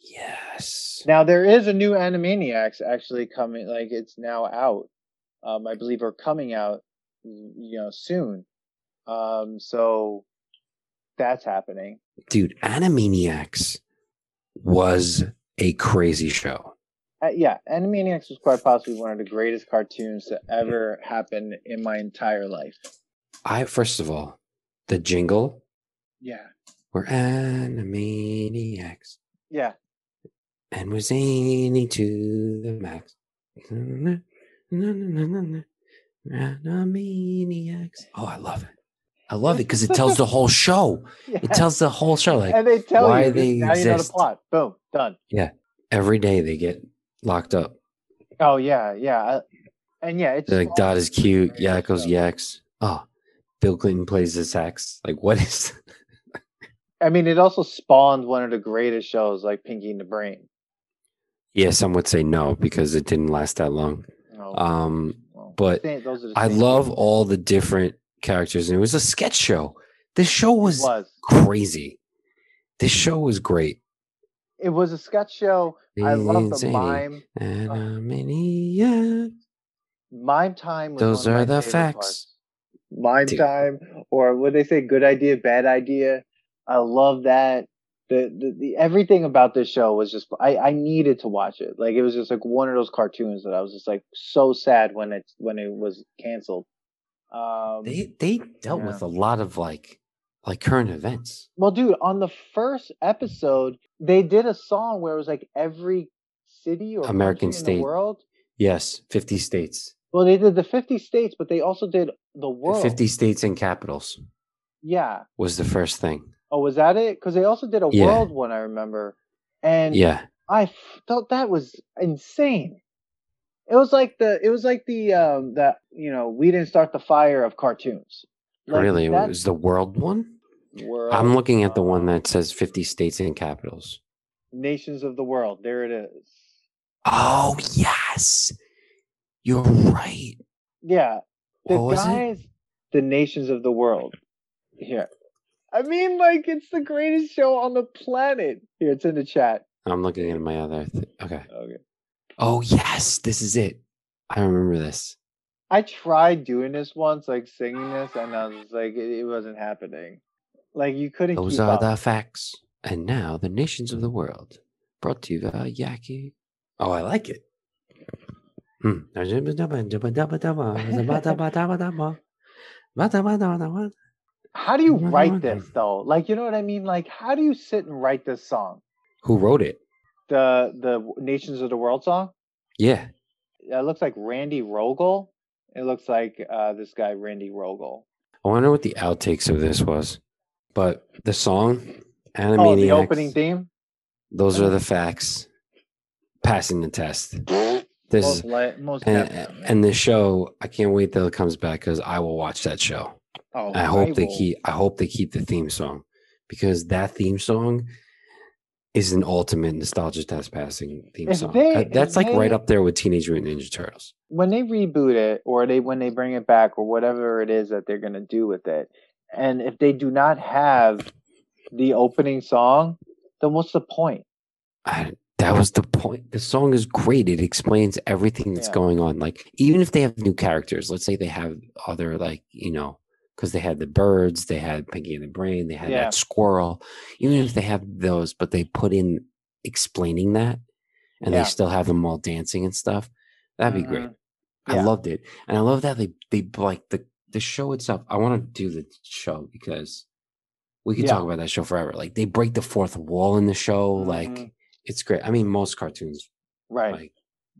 Speaker 2: yes.
Speaker 3: Now there is a new Animaniacs actually coming. Like it's now out. Um, I believe are coming out. You know, soon. Um, so that's happening.
Speaker 2: Dude, Animaniacs was a crazy show.
Speaker 3: Uh, yeah, Animaniacs was quite possibly one of the greatest cartoons to ever happen in my entire life.
Speaker 2: I, first of all, the jingle,
Speaker 3: Yeah,
Speaker 2: we're Animaniacs
Speaker 3: yeah,
Speaker 2: and we're zany to the max. Na, na, na, na, na, na. Animaniacs. Oh, I love it. I love it because it tells the whole show.
Speaker 3: yeah.
Speaker 2: It tells the whole show. Like
Speaker 3: and they tell
Speaker 2: why
Speaker 3: you
Speaker 2: they
Speaker 3: now you know the
Speaker 2: exist.
Speaker 3: plot. Boom, done.
Speaker 2: every day they get locked up.
Speaker 3: Oh yeah, yeah, I- and yeah, it's
Speaker 2: They're like
Speaker 3: all-
Speaker 2: Dot is cute.
Speaker 3: Yeah,
Speaker 2: Yakko's
Speaker 3: so-
Speaker 2: yaks. Oh, Bill Clinton plays the sax. Like what is?
Speaker 3: I mean, it also spawned one of the greatest shows, like Pinky and the Brain.
Speaker 2: Yeah, some would say no because it didn't last that long.
Speaker 3: Oh,
Speaker 2: Um,
Speaker 3: well,
Speaker 2: but
Speaker 3: same- those are the
Speaker 2: I
Speaker 3: same
Speaker 2: love
Speaker 3: things.
Speaker 2: all the different characters, and it was a sketch show. This show
Speaker 3: It
Speaker 2: was
Speaker 3: was Mm-hmm.
Speaker 2: crazy. This show was great.
Speaker 3: It was a sketch show. I love the
Speaker 2: Insane
Speaker 3: mime.
Speaker 2: uh, Animaniac.
Speaker 3: Mime time. Was
Speaker 2: Those
Speaker 3: one of
Speaker 2: are
Speaker 3: my
Speaker 2: the
Speaker 3: favorite parts.
Speaker 2: facts.
Speaker 3: Mime
Speaker 2: Dude.
Speaker 3: time, or what they say, good idea, bad idea. I love that. The, the, the everything about this show was just I, I needed to watch it. Like it was just like one of those cartoons that I was just like so sad when it when it was canceled. Um,
Speaker 2: They they dealt with a lot of like like current events.
Speaker 3: Well, dude, on the first episode, they did a song where it was like every city or
Speaker 2: American
Speaker 3: country in
Speaker 2: state.
Speaker 3: the world.
Speaker 2: Yes, fifty states,
Speaker 3: Well, they did the 50 states, but they also did the world.
Speaker 2: fifty states and capitals
Speaker 3: Yeah.
Speaker 2: was the first thing.
Speaker 3: Oh, was that it? Because they also did a
Speaker 2: Yeah.
Speaker 3: world one, I remember. And
Speaker 2: Yeah,
Speaker 3: I f- thought that was insane. It was like the it was like the um that you know we didn't start the fire of cartoons. Like,
Speaker 2: really, it
Speaker 3: that
Speaker 2: was the world one.
Speaker 3: world,
Speaker 2: I'm looking at the one
Speaker 3: uh,
Speaker 2: that says fifty states and capitals.
Speaker 3: nations of the world. There it is.
Speaker 2: Oh yes, you're right.
Speaker 3: Yeah. The
Speaker 2: What was it?
Speaker 3: guys, the nations of the world. Here. I mean, like, it's the greatest show on the planet. Here, it's in the chat.
Speaker 2: I'm looking at my other. Th- okay.
Speaker 3: Okay.
Speaker 2: Oh yes, this is it. I remember this.
Speaker 3: I tried doing this once, like singing this, and I was just like, it, it wasn't happening. Like, you couldn't
Speaker 2: Those uh,
Speaker 3: keep
Speaker 2: are
Speaker 3: up.
Speaker 2: the facts. And now the nations of the world. Brought to you by Yaki. Mm. Oh, I like it. Hmm.
Speaker 3: How do you
Speaker 2: Mhm.
Speaker 3: write this, though? Like, you know what I mean? Like, how do you sit and write this song?
Speaker 2: Who wrote it?
Speaker 3: The the Nations of the World song?
Speaker 2: Yeah.
Speaker 3: It looks like Randy Rogel. It looks like uh, this guy, Randy Rogel.
Speaker 2: I wonder what the outtakes of this was. But the song, Animaniacs,
Speaker 3: Oh, the opening theme?
Speaker 2: those are the facts. Passing the test. This
Speaker 3: most
Speaker 2: is
Speaker 3: li- most
Speaker 2: and,
Speaker 3: definitely.
Speaker 2: and the show. I can't wait till it comes back because I will watch that show.
Speaker 3: Oh,
Speaker 2: I hope they
Speaker 3: will-
Speaker 2: keep. I hope they keep the theme song because that theme song is an ultimate nostalgia test passing theme
Speaker 3: If
Speaker 2: song.
Speaker 3: they-
Speaker 2: That- That's
Speaker 3: if
Speaker 2: like right
Speaker 3: they-
Speaker 2: up there with Teenage Mutant Ninja Turtles.
Speaker 3: when they reboot it or they when they bring it back or whatever it is that they're gonna do with it. And if they do not have the opening song, then what's the point?
Speaker 2: I, that was the point. The song is great. It explains everything that's
Speaker 3: Yeah.
Speaker 2: going on. Like even if they have new characters, let's say they have other like you know because they had the birds, they had Pinky and the Brain, they had
Speaker 3: Yeah.
Speaker 2: that squirrel. Even if they have those, but they put in explaining that, and
Speaker 3: Yeah.
Speaker 2: they still have them all dancing and stuff. That'd be great.
Speaker 3: Mhm. Yeah.
Speaker 2: I loved it, and I love that they they like the the show itself. I want to do the show because we could
Speaker 3: Yeah.
Speaker 2: talk about that show forever. Like they break the fourth wall in the show.
Speaker 3: Mhm.
Speaker 2: Like it's great. I mean, most cartoons
Speaker 3: Right.
Speaker 2: like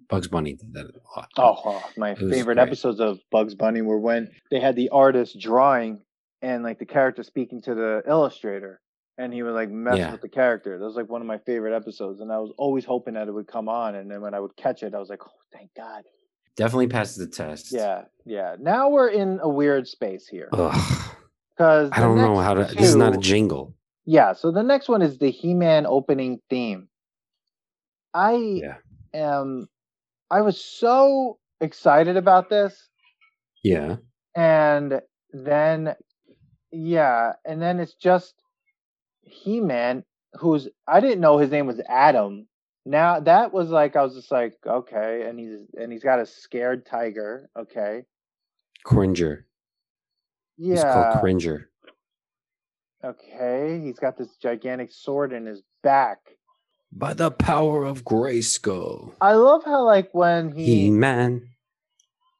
Speaker 2: Bugs Bunny did that a lot.
Speaker 3: Oh, oh, my
Speaker 2: It was
Speaker 3: favorite
Speaker 2: great.
Speaker 3: episodes of Bugs Bunny were when they had the artist drawing and like the character speaking to the illustrator, and he would like mess
Speaker 2: Yeah.
Speaker 3: with the character. That was like one of my favorite episodes, and I was always hoping that it would come on. And then when I would catch it, I was like, "Oh, thank God!"
Speaker 2: definitely passes the test.
Speaker 3: Yeah, yeah. Now we're in a weird space here
Speaker 2: Ugh,
Speaker 3: because
Speaker 2: I don't know how to. This is not a jingle.
Speaker 3: Yeah, so the next one is the He-Man opening theme. I
Speaker 2: Yeah.
Speaker 3: am. I was so excited about this
Speaker 2: Yeah.
Speaker 3: and then yeah and then it's just he-man who's i didn't know his name was adam now that was like i was just like okay and he's and he's got a scared tiger okay
Speaker 2: Cringer. It's
Speaker 3: yeah
Speaker 2: called Cringer.
Speaker 3: okay he's got this gigantic sword in his back
Speaker 2: By the power of Grayskull.
Speaker 3: i love how like when he,
Speaker 2: He man.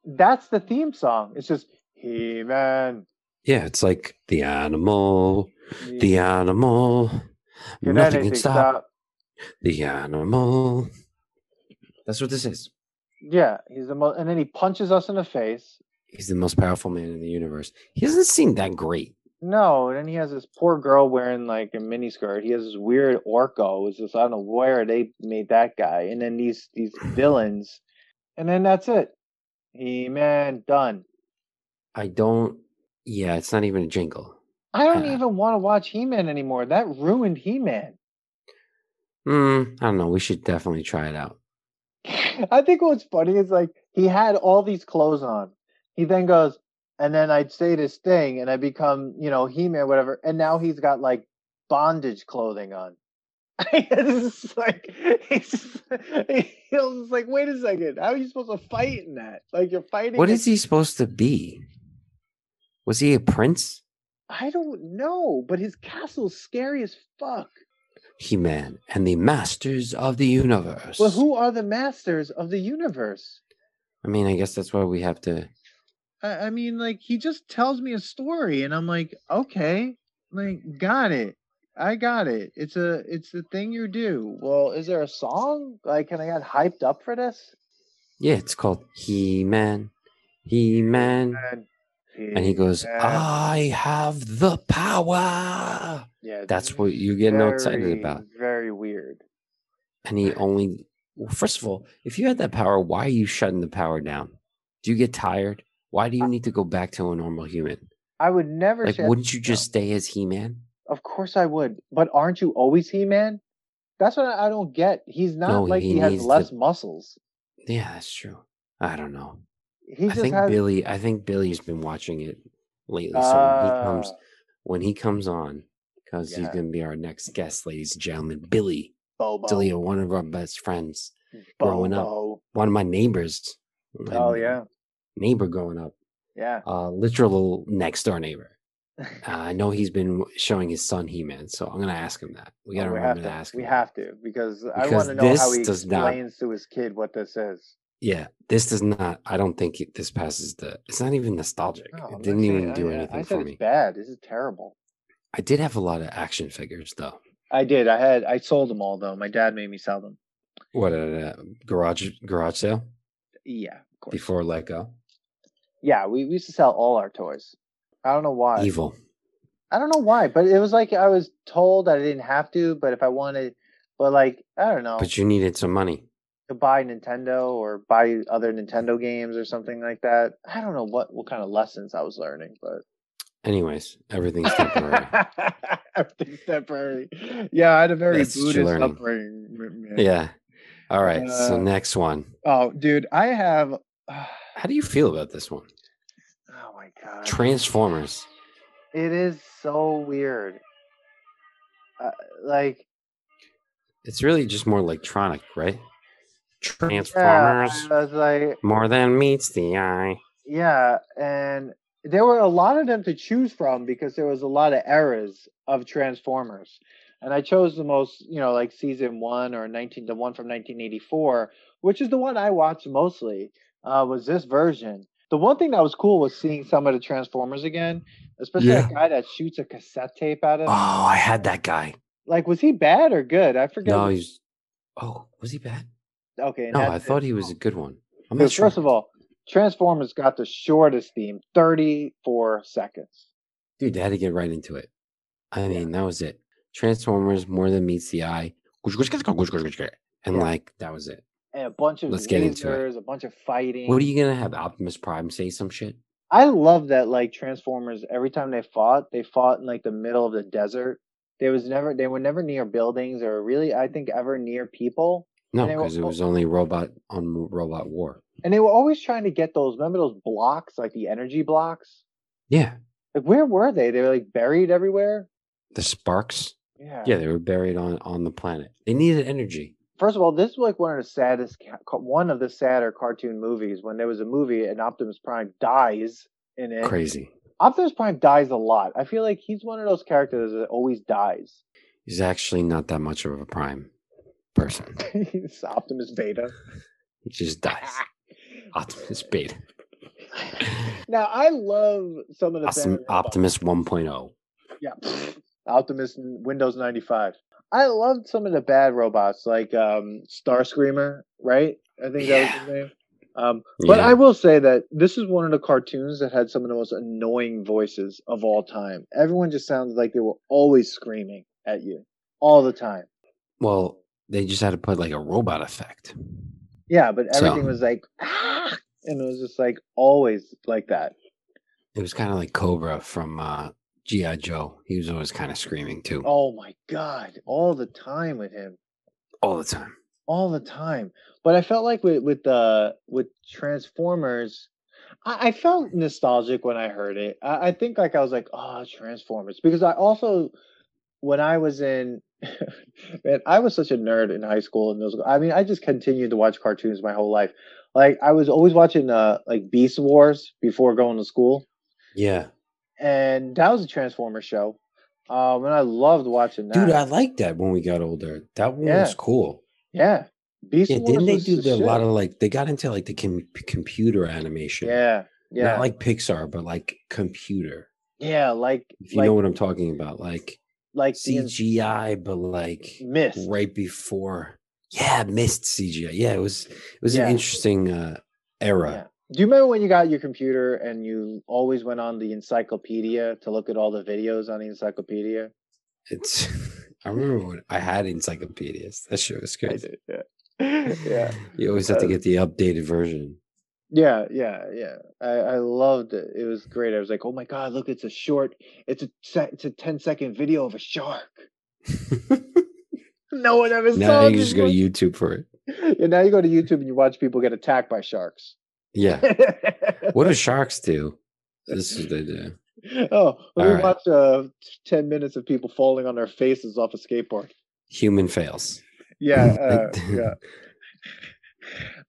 Speaker 3: that's the theme song it's just he-man
Speaker 2: Yeah, it's like the animal, the animal.
Speaker 3: Can
Speaker 2: Nothing
Speaker 3: anything
Speaker 2: can stop the animal. That's what this is.
Speaker 3: yeah he's the most and then he punches us in the face
Speaker 2: He's the most powerful man in the universe. He doesn't seem that great.
Speaker 3: No, and then he has this poor girl wearing like a miniskirt. He has this weird orco. It's just I don't know where they made that guy. And then these these villains, and then that's it. He man done.
Speaker 2: I don't. Yeah, it's not even a jingle.
Speaker 3: I don't
Speaker 2: Yeah.
Speaker 3: even want to watch He Man anymore. That ruined He Man.
Speaker 2: Mm, I don't know. We should definitely try it out.
Speaker 3: I think what's funny is like he had all these clothes on. He then goes, and then I'd say this thing, and I become you know He Man whatever. And now he's got like bondage clothing on. it's just like it's just, he'll just like wait a second how are you supposed to fight in that like you're fighting
Speaker 2: What
Speaker 3: a-
Speaker 2: is he supposed to be? Was he a prince?
Speaker 3: i don't know but his castle's scary as fuck
Speaker 2: He Man and the Masters of the Universe.
Speaker 3: well who are the masters of the universe
Speaker 2: I mean, I guess that's why we have to.
Speaker 3: i, I mean like he just tells me a story and i'm like okay like got it I got it. It's a it's the thing you do. Well, is there a song? Like can I get hyped up for this?
Speaker 2: Yeah, it's called He Man. He
Speaker 3: Mm-hmm.
Speaker 2: Man. And he goes,
Speaker 3: Yeah.
Speaker 2: "Ah, I have the power.
Speaker 3: Yeah, it's
Speaker 2: That's what you get all excited
Speaker 3: very,
Speaker 2: about.
Speaker 3: Very weird.
Speaker 2: And he only, well, first of all, if you had that power, why are you shutting the power down? Do you get tired? Why do
Speaker 3: Uh
Speaker 2: you need to go back to a normal human?
Speaker 3: I would never.
Speaker 2: Like,
Speaker 3: shut-
Speaker 2: wouldn't you just stay as He Man?
Speaker 3: Of course I would. But aren't you always He Man? That's what I I don't get. He's not
Speaker 2: No,
Speaker 3: like
Speaker 2: he
Speaker 3: he, has
Speaker 2: needs
Speaker 3: less
Speaker 2: to-
Speaker 3: muscles.
Speaker 2: Yeah, that's true. I don't know.
Speaker 3: He
Speaker 2: I
Speaker 3: just
Speaker 2: think
Speaker 3: has.
Speaker 2: Billy. I think Billy's been watching it lately. So when he comes
Speaker 3: Ah,
Speaker 2: when he comes on, because he's
Speaker 3: Yeah.
Speaker 2: going to be our next guest, ladies and gentlemen. Billy,
Speaker 3: Bobo,
Speaker 2: Delia, one of our best friends, growing up.
Speaker 3: Bobo.
Speaker 2: one of my neighbors.
Speaker 3: Oh
Speaker 2: and
Speaker 3: yeah,
Speaker 2: neighbor growing up,
Speaker 3: yeah.
Speaker 2: uh, literal next door neighbor. Uh, I know he's been showing his son He Man, so I'm going to ask him that. We got to
Speaker 3: Oh, we
Speaker 2: remember
Speaker 3: have
Speaker 2: to,
Speaker 3: to.
Speaker 2: ask.
Speaker 3: we
Speaker 2: him.
Speaker 3: have to because, I want
Speaker 2: Because
Speaker 3: to know how
Speaker 2: this
Speaker 3: he
Speaker 2: does not-
Speaker 3: explains to his kid what this is.
Speaker 2: Yeah, this does not. I don't think it, this passes the. It's not even nostalgic.
Speaker 3: No, Oh, I'm
Speaker 2: it
Speaker 3: not
Speaker 2: didn't
Speaker 3: saying-
Speaker 2: even do
Speaker 3: I,
Speaker 2: anything
Speaker 3: I said
Speaker 2: for
Speaker 3: it's
Speaker 2: me.
Speaker 3: Bad. This is terrible.
Speaker 2: I did have a lot of action figures though.
Speaker 3: I did. I had. I sold them all though. My dad made me sell them.
Speaker 2: What a uh, garage garage sale
Speaker 3: Yeah, of course.
Speaker 2: before let go.
Speaker 3: Yeah, we, we used to sell all our toys. I don't know why.
Speaker 2: Evil.
Speaker 3: I don't know why, but it was like I was told that I didn't have to, but if I wanted, but like I don't know,
Speaker 2: But you needed some money.
Speaker 3: to buy Nintendo or buy other Nintendo games or something like that. I don't know what what kind of lessons I was learning, but
Speaker 2: Anyways, everything's temporary.
Speaker 3: everything's temporary. Yeah, I had a very
Speaker 2: That's what you're
Speaker 3: Buddhist
Speaker 2: learning.
Speaker 3: upbringing. man.
Speaker 2: yeah. All right. so
Speaker 3: Uh,
Speaker 2: next one.
Speaker 3: Oh, dude, I have. Oh
Speaker 2: How do you feel about this one?
Speaker 3: my god.
Speaker 2: Transformers.
Speaker 3: It is so weird. Uh, like
Speaker 2: It's really just more electronic, right?
Speaker 3: yeah,
Speaker 2: Transformers.
Speaker 3: I was like,
Speaker 2: More than meets the eye.
Speaker 3: yeah, and there were a lot of them to choose from because there was a lot of eras of Transformers, and I chose the most, you know, like season one or nineteen, the one from nineteen eighty four, which is the one I watched mostly. Uh, was this version? The one thing that was cool was seeing some of the Transformers again, especially
Speaker 2: Yeah.
Speaker 3: that guy that shoots a cassette tape at him.
Speaker 2: Oh, I had that guy.
Speaker 3: Like, was he bad or good? I forget.
Speaker 2: No,
Speaker 3: which-
Speaker 2: he's. Oh, was he bad?
Speaker 3: okay, and
Speaker 2: No,
Speaker 3: that's
Speaker 2: I
Speaker 3: it.
Speaker 2: thought he was a good one. I'm
Speaker 3: Dude,
Speaker 2: not sure.
Speaker 3: First of all, Transformers got the shortest theme, 34 seconds.
Speaker 2: dude, they had to get right into it. I mean, that was it. Transformers more than meets the eye. And
Speaker 3: Yeah.
Speaker 2: like that was it.
Speaker 3: And a bunch of
Speaker 2: Let's
Speaker 3: lasers,
Speaker 2: get into it.
Speaker 3: a bunch of fighting.
Speaker 2: What are you gonna have Optimus Prime say some shit?
Speaker 3: I love that like Transformers every time they fought, they fought in like the middle of the desert. There was never they were never near buildings or really I think ever near people.
Speaker 2: No,
Speaker 3: They were-
Speaker 2: because it was only robot on robot war.
Speaker 3: And they were always trying to get those remember those blocks, like the energy blocks?
Speaker 2: Yeah,
Speaker 3: Like where were they? They were like buried everywhere.
Speaker 2: the sparks.
Speaker 3: Yeah.
Speaker 2: Yeah, they were buried on on the planet. They needed energy.
Speaker 3: first of all, this is like one of the saddest, ca- ca- one of the sadder cartoon movies. When there was a movie and Optimus Prime dies in it.
Speaker 2: Crazy.
Speaker 3: Optimus Prime dies a lot. I feel like he's one of those characters that always dies.
Speaker 2: He's actually not that much of a prime person.
Speaker 3: he's Optimus Beta.
Speaker 2: He just dies. Optimus Beta.
Speaker 3: now I love some of the
Speaker 2: Optim-
Speaker 3: Batman robots.
Speaker 2: Optimus oh. 1.0.
Speaker 3: Yeah. Optimus in Windows 95. I loved some of the bad robots, like um, Star Screamer, right? I think that was his name. Um, but
Speaker 2: Yeah.
Speaker 3: I will say that this is one of the cartoons that had some of the most annoying voices of all time. Everyone just sounded like they were always screaming at you all the time.
Speaker 2: Well, they just had to put like a robot effect.
Speaker 3: Yeah, but
Speaker 2: So-
Speaker 3: everything was like, ah! and it was just like always like that.
Speaker 2: It was kind of like Cobra from uh, G.I. Joe. He was always kind of screaming too,
Speaker 3: Oh my God, all the time with him.
Speaker 2: all the time.
Speaker 3: all the time. But I felt like with with uh, with Transformers, I, I felt nostalgic when I heard "Ah, it. I, I think like I was like, oh, Transformers, because I also when I was in Man, I was such a nerd in high school and middle school. I mean, I just continued to watch cartoons my whole life. Like I was always watching uh like Beast Wars before going to school,
Speaker 2: Yeah,
Speaker 3: and that was a Transformer show. Um, and I loved watching that.
Speaker 2: dude, I liked that when we got older. That one
Speaker 3: Yeah.
Speaker 2: was cool.
Speaker 3: yeah, Beast
Speaker 2: Yeah,
Speaker 3: Wars.
Speaker 2: didn't they
Speaker 3: was
Speaker 2: do
Speaker 3: the
Speaker 2: the, a lot
Speaker 3: shit.
Speaker 2: of like they got into like the com- computer animation?
Speaker 3: Yeah, yeah,
Speaker 2: not like Pixar, but like computer.
Speaker 3: yeah, like
Speaker 2: If you
Speaker 3: like
Speaker 2: know what I'm talking about, like
Speaker 3: like the in-
Speaker 2: CGI, but like
Speaker 3: mist.
Speaker 2: right before. Yeah, missed CGI. Yeah, it was it was
Speaker 3: Yeah.
Speaker 2: an interesting uh
Speaker 3: Yeah.
Speaker 2: era.
Speaker 3: Do you remember when you got your computer and you always went on the encyclopedia to look at all the videos on the encyclopedia?
Speaker 2: It's I remember when I had encyclopedias. That shit was
Speaker 3: I
Speaker 2: crazy.
Speaker 3: did, yeah. yeah.
Speaker 2: You always have to
Speaker 3: Uh,
Speaker 2: get the updated version.
Speaker 3: Yeah, yeah, yeah. I, I loved it. It was great. I was like, oh my god, look, it's a short, it's a se- it's a 10 second video of a shark. No one ever
Speaker 2: now
Speaker 3: saw
Speaker 2: you just go to
Speaker 3: before.
Speaker 2: YouTube for it.
Speaker 3: And now you go to YouTube and you watch people get attacked by sharks. Oh,
Speaker 2: Yeah. What do sharks do? This is what they do.
Speaker 3: oh, let me
Speaker 2: Alright.
Speaker 3: watch uh, 10 minutes of people falling on their faces off a skateboard.
Speaker 2: Human fails.
Speaker 3: Yeah, uh,
Speaker 2: Like-
Speaker 3: yeah.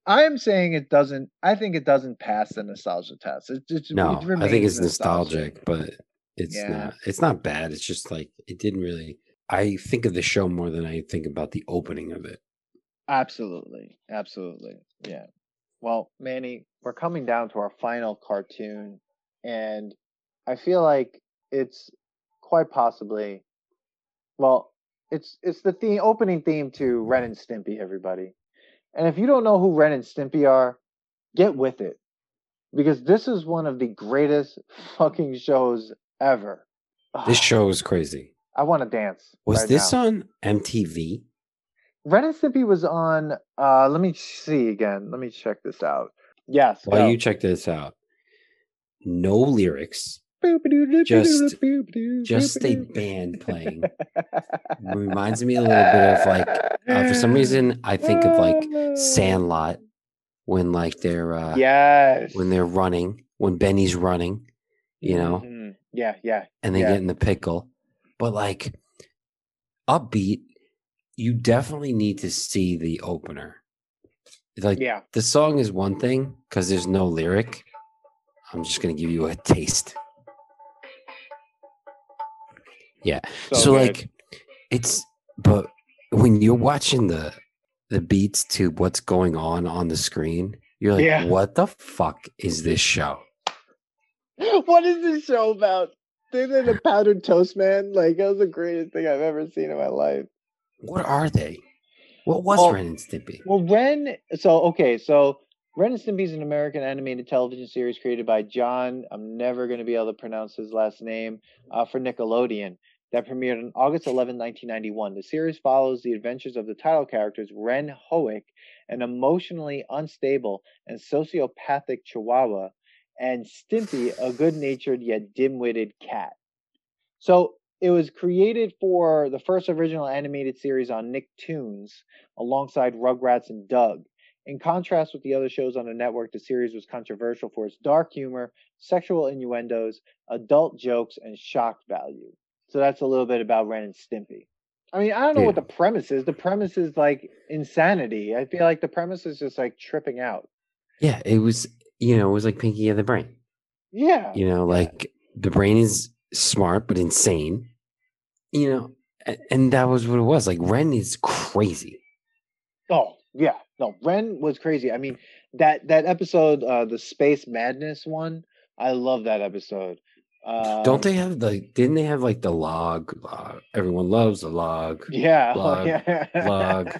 Speaker 3: I am saying it doesn't. I think it doesn't pass the nostalgia test. It, it,
Speaker 2: No,
Speaker 3: it
Speaker 2: I think
Speaker 3: remains
Speaker 2: it's nostalgic, but it's
Speaker 3: Yeah.
Speaker 2: not. It's not bad. It's just like it didn't really. I think of the show more than I think about the opening of it.
Speaker 3: Absolutely, absolutely, yeah. Well, Manny, we're coming down to our final cartoon, and I feel like it's quite possibly, well, it's it's the theme, opening theme to Ren and Stimpy, everybody. And if you don't know who Ren and Stimpy are, get with it, because this is one of the greatest fucking shows ever.
Speaker 2: This
Speaker 3: Ugh,
Speaker 2: show is crazy.
Speaker 3: I want to dance.
Speaker 2: Was
Speaker 3: Ah. right
Speaker 2: this
Speaker 3: now.
Speaker 2: on MTV?
Speaker 3: Ren and Stimpy was on. Uh, let me see again. Let me check this out. Yes.
Speaker 2: While
Speaker 3: go.
Speaker 2: you check this out, no lyrics,
Speaker 3: Boop-a-doo-doo,
Speaker 2: just-
Speaker 3: boop-a-doo,
Speaker 2: just a
Speaker 3: boop-a-doo.
Speaker 2: band playing. Reminds me a little bit of like, uh, for some reason, I think of
Speaker 3: Oh,
Speaker 2: like Sandlot when like they're uh,
Speaker 3: Um. Yes.
Speaker 2: when they're running, when Benny's running, you know,
Speaker 3: Mhm. Yeah, yeah,
Speaker 2: and they
Speaker 3: Yeah.
Speaker 2: get in the pickle. But like upbeat, you definitely need to see the opener. Like
Speaker 3: yeah.
Speaker 2: the song is one thing because there's no lyric. I'm just gonna give you a taste.
Speaker 3: good.
Speaker 2: So, like it's but when you're watching the the beats to what's going on on the screen, you're like,
Speaker 3: Yeah.
Speaker 2: what the fuck is this show?
Speaker 3: what is this show about? They did a powdered toast man. Like that was the greatest thing I've ever seen in my life.
Speaker 2: What are they? What was
Speaker 3: Well-
Speaker 2: Ren and Stimpy?
Speaker 3: Well, Ren. So okay, so Ren and Stimpy is an American animated television series created by John. I'm never going to be able to pronounce his last name uh, for Nickelodeon. That premiered on August 11, 1991. The series follows the adventures of the title characters Ren Hoek, an emotionally unstable and sociopathic Chihuahua, and Stimpy, a good-natured yet dim-witted cat. So it was created for the first original animated series on Nicktoons alongside Rugrats and Doug. In contrast with the other shows on the network, the series was controversial for its dark humor, sexual innuendos, adult jokes, and shock value. So that's a little bit about Ren and Stimpy. I mean, I don't know what the
Speaker 2: Yeah.
Speaker 3: premise is. The premise is like insanity. I feel like the premise is just like tripping out.
Speaker 2: Yeah, it was you know, it was like Pinky and the Brain.
Speaker 3: Yeah.
Speaker 2: You know, like the brain is smart but insane. You know, a- and that was what it was. Like Ren is crazy.
Speaker 3: Oh yeah, no, Ren was crazy. I mean, that that episode, uh, the Space Madness one, I love that episode. Uh,
Speaker 2: Don't they have the didn't they have like the log, log everyone loves the log.
Speaker 3: Yeah,
Speaker 2: Log,
Speaker 3: yeah.
Speaker 2: log.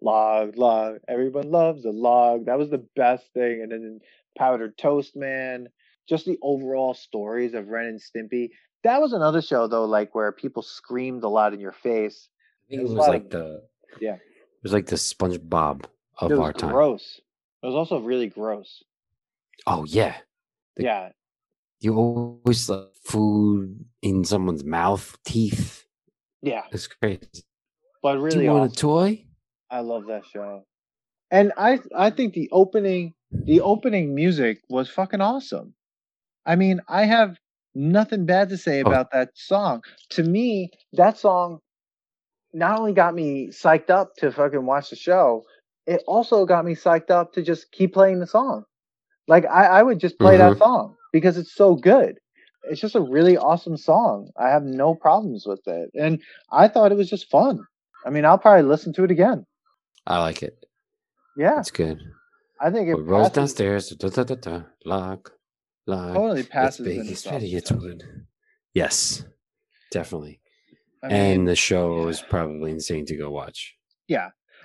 Speaker 3: log, log. Everyone loves a log. That was the best thing. And then Powdered Toast Man. Just the overall stories of Ren and Stimpy. That was another show though, like where people screamed a lot in your face.
Speaker 2: I think
Speaker 3: There's
Speaker 2: it
Speaker 3: a
Speaker 2: was
Speaker 3: lot of-
Speaker 2: like the
Speaker 3: yeah.
Speaker 2: It was like the SpongeBob of
Speaker 3: it was
Speaker 2: our time.
Speaker 3: gross. It was also really gross.
Speaker 2: Oh yeah. The-
Speaker 3: yeah,
Speaker 2: You always like food in someone's mouth, teeth.
Speaker 3: yeah.
Speaker 2: It's crazy.
Speaker 3: But
Speaker 2: Do
Speaker 3: really
Speaker 2: you
Speaker 3: awesome.
Speaker 2: want a toy?
Speaker 3: I love that show. And I I think the opening the opening music was fucking awesome. I mean, I have nothing bad to say about that song. To me, that song not only got me psyched up to fucking watch the show, it also got me psyched up to just keep playing the song. Like I, I would just play that song because it's so good. It's just a really awesome song. I have no problems with it. And I thought it was just fun. I mean, I'll probably listen to it again.
Speaker 2: I like it.
Speaker 3: Yeah.
Speaker 2: It's good.
Speaker 3: I think it
Speaker 2: It rolls
Speaker 3: passes-
Speaker 2: downstairs. Da, da, da, da, lock, lock.
Speaker 3: totally
Speaker 2: It's
Speaker 3: passes.
Speaker 2: big.
Speaker 3: into
Speaker 2: It's pretty. It's
Speaker 3: something.
Speaker 2: wood. Yes, definitely.
Speaker 3: I mean-
Speaker 2: and the show is probably insane to go watch.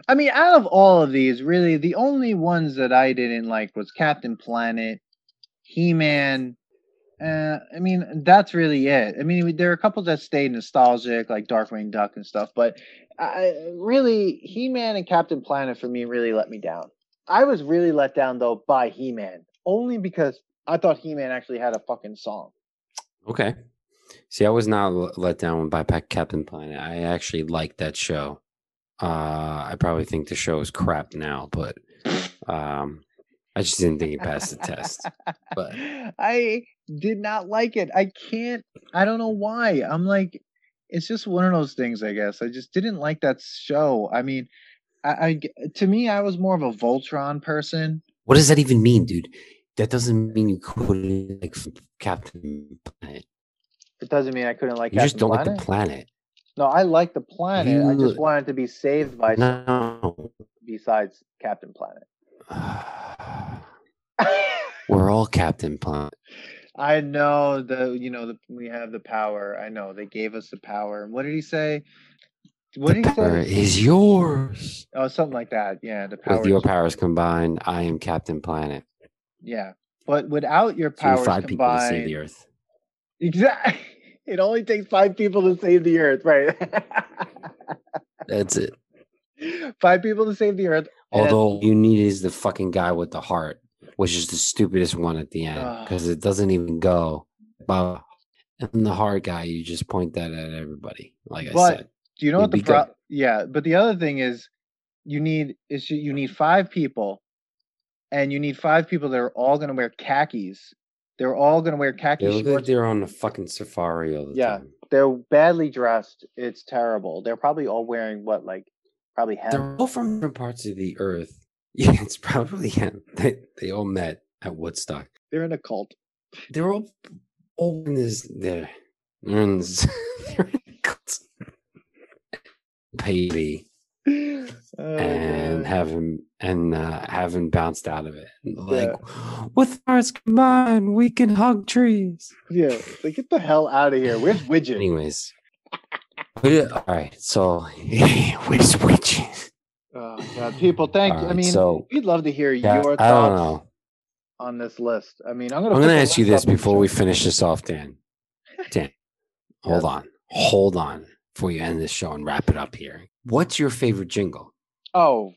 Speaker 3: I mean, out of all of these, really, the only ones that I didn't like was Captain Planet, He Man. Uh, I mean, that's really it. I mean, there are a couple that stayed nostalgic, like Darkwing Duck and stuff, but I, really, He Man and Captain Planet for me really let me down. I was really let down, though, by He Man, only because I thought He Man actually had a fucking song.
Speaker 2: Okay. See, I was not l- let down by Pa- Captain Planet. I actually liked that show. Uh, I probably think the show is crap now, but um, I just didn't think it passed the test. But
Speaker 3: I did not like it. I can't. I don't know why. I'm like, it's just one of those things. I guess I just didn't like that show. I mean, I, I g- to me, I was more of a Voltron person.
Speaker 2: what does that even mean, dude? That doesn't mean you couldn't like f- Captain Planet.
Speaker 3: It doesn't mean I couldn't like.
Speaker 2: you just
Speaker 3: Captain
Speaker 2: don't
Speaker 3: Planet.
Speaker 2: like the planet.
Speaker 3: No, I like the planet. I just
Speaker 2: You-
Speaker 3: wanted to be saved by something
Speaker 2: No.
Speaker 3: besides Captain Planet.
Speaker 2: We're all Captain Planet.
Speaker 3: I know the you know the, we have the power. I know they gave us the power. And what did he say? What
Speaker 2: the
Speaker 3: did he
Speaker 2: power
Speaker 3: say?
Speaker 2: is yours.
Speaker 3: Oh, something like that. Yeah, the power.
Speaker 2: With your
Speaker 3: is-
Speaker 2: powers combined, I am Captain Planet.
Speaker 3: Yeah, but without your
Speaker 2: So
Speaker 3: powers
Speaker 2: you five people to
Speaker 3: combined,
Speaker 2: save the Earth.
Speaker 3: exactly. It only takes five people to save the Earth, right?
Speaker 2: That's it.
Speaker 3: five people to save the Earth. and that's-
Speaker 2: Although you need is the fucking guy with the heart, which is the stupidest one at the end
Speaker 3: Ugh.
Speaker 2: because it doesn't even go. Bah. And the heart guy, you just point that at everybody. Like I
Speaker 3: But-
Speaker 2: said,
Speaker 3: do you know what
Speaker 2: would
Speaker 3: the
Speaker 2: be good.
Speaker 3: pro- yeah? But the other thing is, you need is you you need five people, and you need five people that are all going to wear khakis. They're all going to wear khaki
Speaker 2: they look like
Speaker 3: shorts.
Speaker 2: they're on a fucking safari all the
Speaker 3: Yeah.
Speaker 2: time.
Speaker 3: They're badly dressed. It's terrible. They're probably all wearing what like probably hemp.
Speaker 2: They're all from different parts of the Earth. Yeah, it's probably him. They, they all met at Woodstock.
Speaker 3: They're in a cult.
Speaker 2: they're all all in this they're, they're in this they're in cult- baby
Speaker 3: Oh,
Speaker 2: and
Speaker 3: God.
Speaker 2: haven't and uh, haven't bounced out of it like with ours combined we can hug trees
Speaker 3: Yeah, it's like get the hell out of here. Where's Widget?
Speaker 2: anyways we- all right so which which
Speaker 3: Oh God, people, thank you. I
Speaker 2: Alright,
Speaker 3: mean,
Speaker 2: so-
Speaker 3: we'd love to hear
Speaker 2: yeah,
Speaker 3: your
Speaker 2: i don't
Speaker 3: thoughts
Speaker 2: know
Speaker 3: on this list. I mean, I'm gonna.
Speaker 2: i'm
Speaker 3: put
Speaker 2: gonna
Speaker 3: the
Speaker 2: ask you
Speaker 3: list
Speaker 2: this
Speaker 3: up on the
Speaker 2: before we
Speaker 3: show.
Speaker 2: finish this off dan dan hold on hold on before you end this show and wrap it up here what's your favorite jingle
Speaker 3: Oh,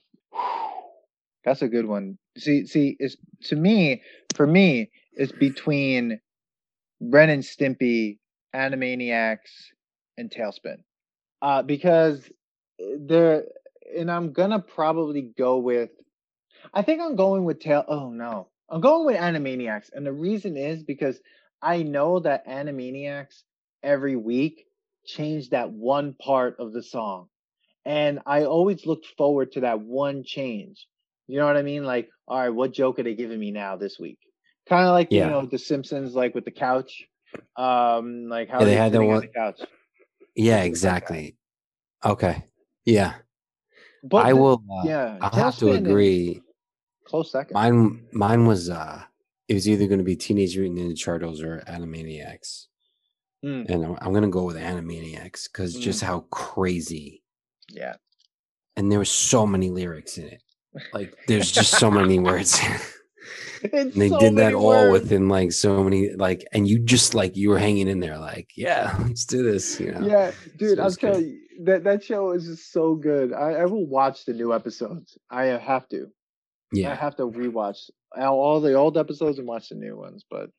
Speaker 3: that's a good one. See, see, it's to me, for me, it's between Ren and Stimpy, Animaniacs, and Tailspin, uh, because they're, and I'm gonna probably go with, I think I'm going with Tail. Oh no, I'm going with Animaniacs, and the reason is because I know that Animaniacs every week changed that one part of the song and I always looked forward to that one change. You know what I mean? Like, all right, what joke are they giving me now this week? Kind of like
Speaker 2: Yeah.
Speaker 3: you know the Simpsons, like with the couch. Um, like how
Speaker 2: Yeah, they
Speaker 3: are
Speaker 2: had that
Speaker 3: sitting on
Speaker 2: one-
Speaker 3: the couch.
Speaker 2: Yeah,
Speaker 3: Something like that.
Speaker 2: exactly. Okay. Yeah,
Speaker 3: But
Speaker 2: I
Speaker 3: the-
Speaker 2: will. Uh,
Speaker 3: Yeah,
Speaker 2: I'll have to
Speaker 3: Tailspin is
Speaker 2: agree.
Speaker 3: Close second.
Speaker 2: Mine, mine was. uh It was either going to be Teenage Mutant Ninja Turtles or Animaniacs,
Speaker 3: Mm.
Speaker 2: and I'm, I'm going to go with Animaniacs because
Speaker 3: Hmm.
Speaker 2: just how crazy,
Speaker 3: yeah,
Speaker 2: and there were so many lyrics in it. Like, there's just so many words.
Speaker 3: It's
Speaker 2: And they
Speaker 3: so
Speaker 2: did that
Speaker 3: many
Speaker 2: all
Speaker 3: words.
Speaker 2: within like so many like, and you just like you were hanging in there like, yeah, let's do this. You know.
Speaker 3: Yeah, dude,
Speaker 2: So
Speaker 3: I'm
Speaker 2: it's good.
Speaker 3: telling you that that show is just so good. I, I will watch the new episodes. I uh, have to. I
Speaker 2: yeah.
Speaker 3: have to rewatch all, all the old episodes and watch the new ones. But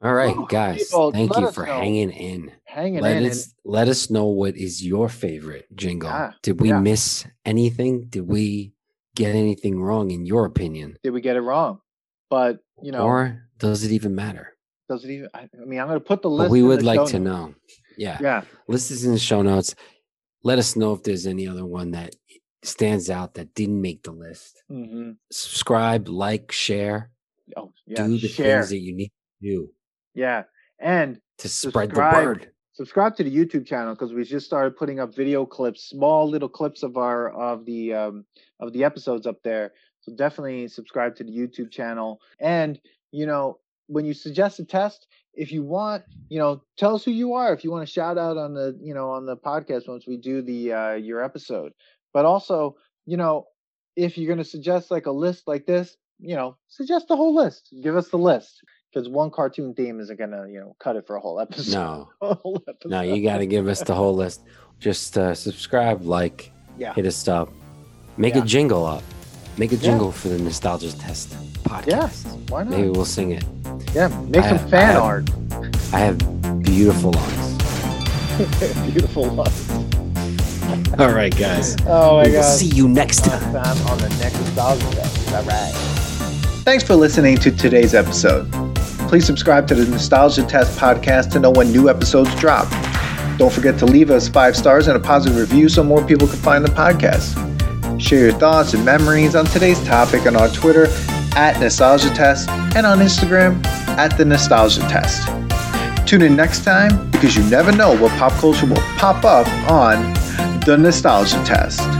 Speaker 2: All right,
Speaker 3: Whew,
Speaker 2: guys.
Speaker 3: Oh, people,
Speaker 2: thank
Speaker 3: let
Speaker 2: you
Speaker 3: us
Speaker 2: for
Speaker 3: know.
Speaker 2: hanging in.
Speaker 3: hanging
Speaker 2: let
Speaker 3: in, and-
Speaker 2: us let us know what is your favorite jingle.
Speaker 3: Yeah,
Speaker 2: Did we
Speaker 3: yeah.
Speaker 2: miss anything? Did we get anything wrong in your opinion?
Speaker 3: did we get it wrong? But you know,
Speaker 2: or does it even matter?
Speaker 3: does it even? I I mean, I'm going to put the
Speaker 2: But
Speaker 3: list.
Speaker 2: we
Speaker 3: in
Speaker 2: would
Speaker 3: the
Speaker 2: like
Speaker 3: show
Speaker 2: to
Speaker 3: notes.
Speaker 2: know. Yeah.
Speaker 3: Yeah,
Speaker 2: List is in the show notes. Let us know if there's any other one that stands out that didn't make the list.
Speaker 3: Mm-hmm.
Speaker 2: Subscribe, like, share,
Speaker 3: Oh, yeah.
Speaker 2: do the
Speaker 3: Share.
Speaker 2: things that you need to do
Speaker 3: Yeah. And
Speaker 2: to spread
Speaker 3: Subscribe.
Speaker 2: the word.
Speaker 3: subscribe to the YouTube channel because we just started putting up video clips, small little clips of our of the um, of the episodes up there. So definitely subscribe to the YouTube channel. And you know, when you suggest a test, if you want, you know, tell us who you are. If you want to shout out on the you know on the podcast once we do the uh, your episode, but also you know, if you're going to suggest like a list like this, you know, suggest the whole list. Give us the list. Because one cartoon theme isn't gonna, you know, cut it for a whole episode.
Speaker 2: No,
Speaker 3: whole
Speaker 2: no,
Speaker 3: episode.
Speaker 2: you got to give us the whole list. Just uh, subscribe, like,
Speaker 3: Yeah.
Speaker 2: hit us up, make
Speaker 3: Yeah.
Speaker 2: a jingle up, make a
Speaker 3: Yeah.
Speaker 2: jingle for the Nostalgia Test podcast.
Speaker 3: Why not?
Speaker 2: Maybe we'll sing it.
Speaker 3: Yeah, make
Speaker 2: I-
Speaker 3: some fan
Speaker 2: I-
Speaker 3: art.
Speaker 2: I have beautiful eyes.
Speaker 3: Beautiful love.
Speaker 2: All right, guys.
Speaker 3: Oh my
Speaker 2: we will
Speaker 3: god.
Speaker 2: see you next time.
Speaker 3: time on the next nostalgia Fest. All right. Thanks for listening to today's episode. Please subscribe to the Nostalgia Test podcast to know when new episodes drop. Don't forget to leave us five stars and a positive review so more people can find the podcast. Share your thoughts and memories on today's topic on our Twitter at Nostalgia Test and on Instagram at the Nostalgia Test. Tune in next time because you never know what pop culture will pop up on the Nostalgia Test.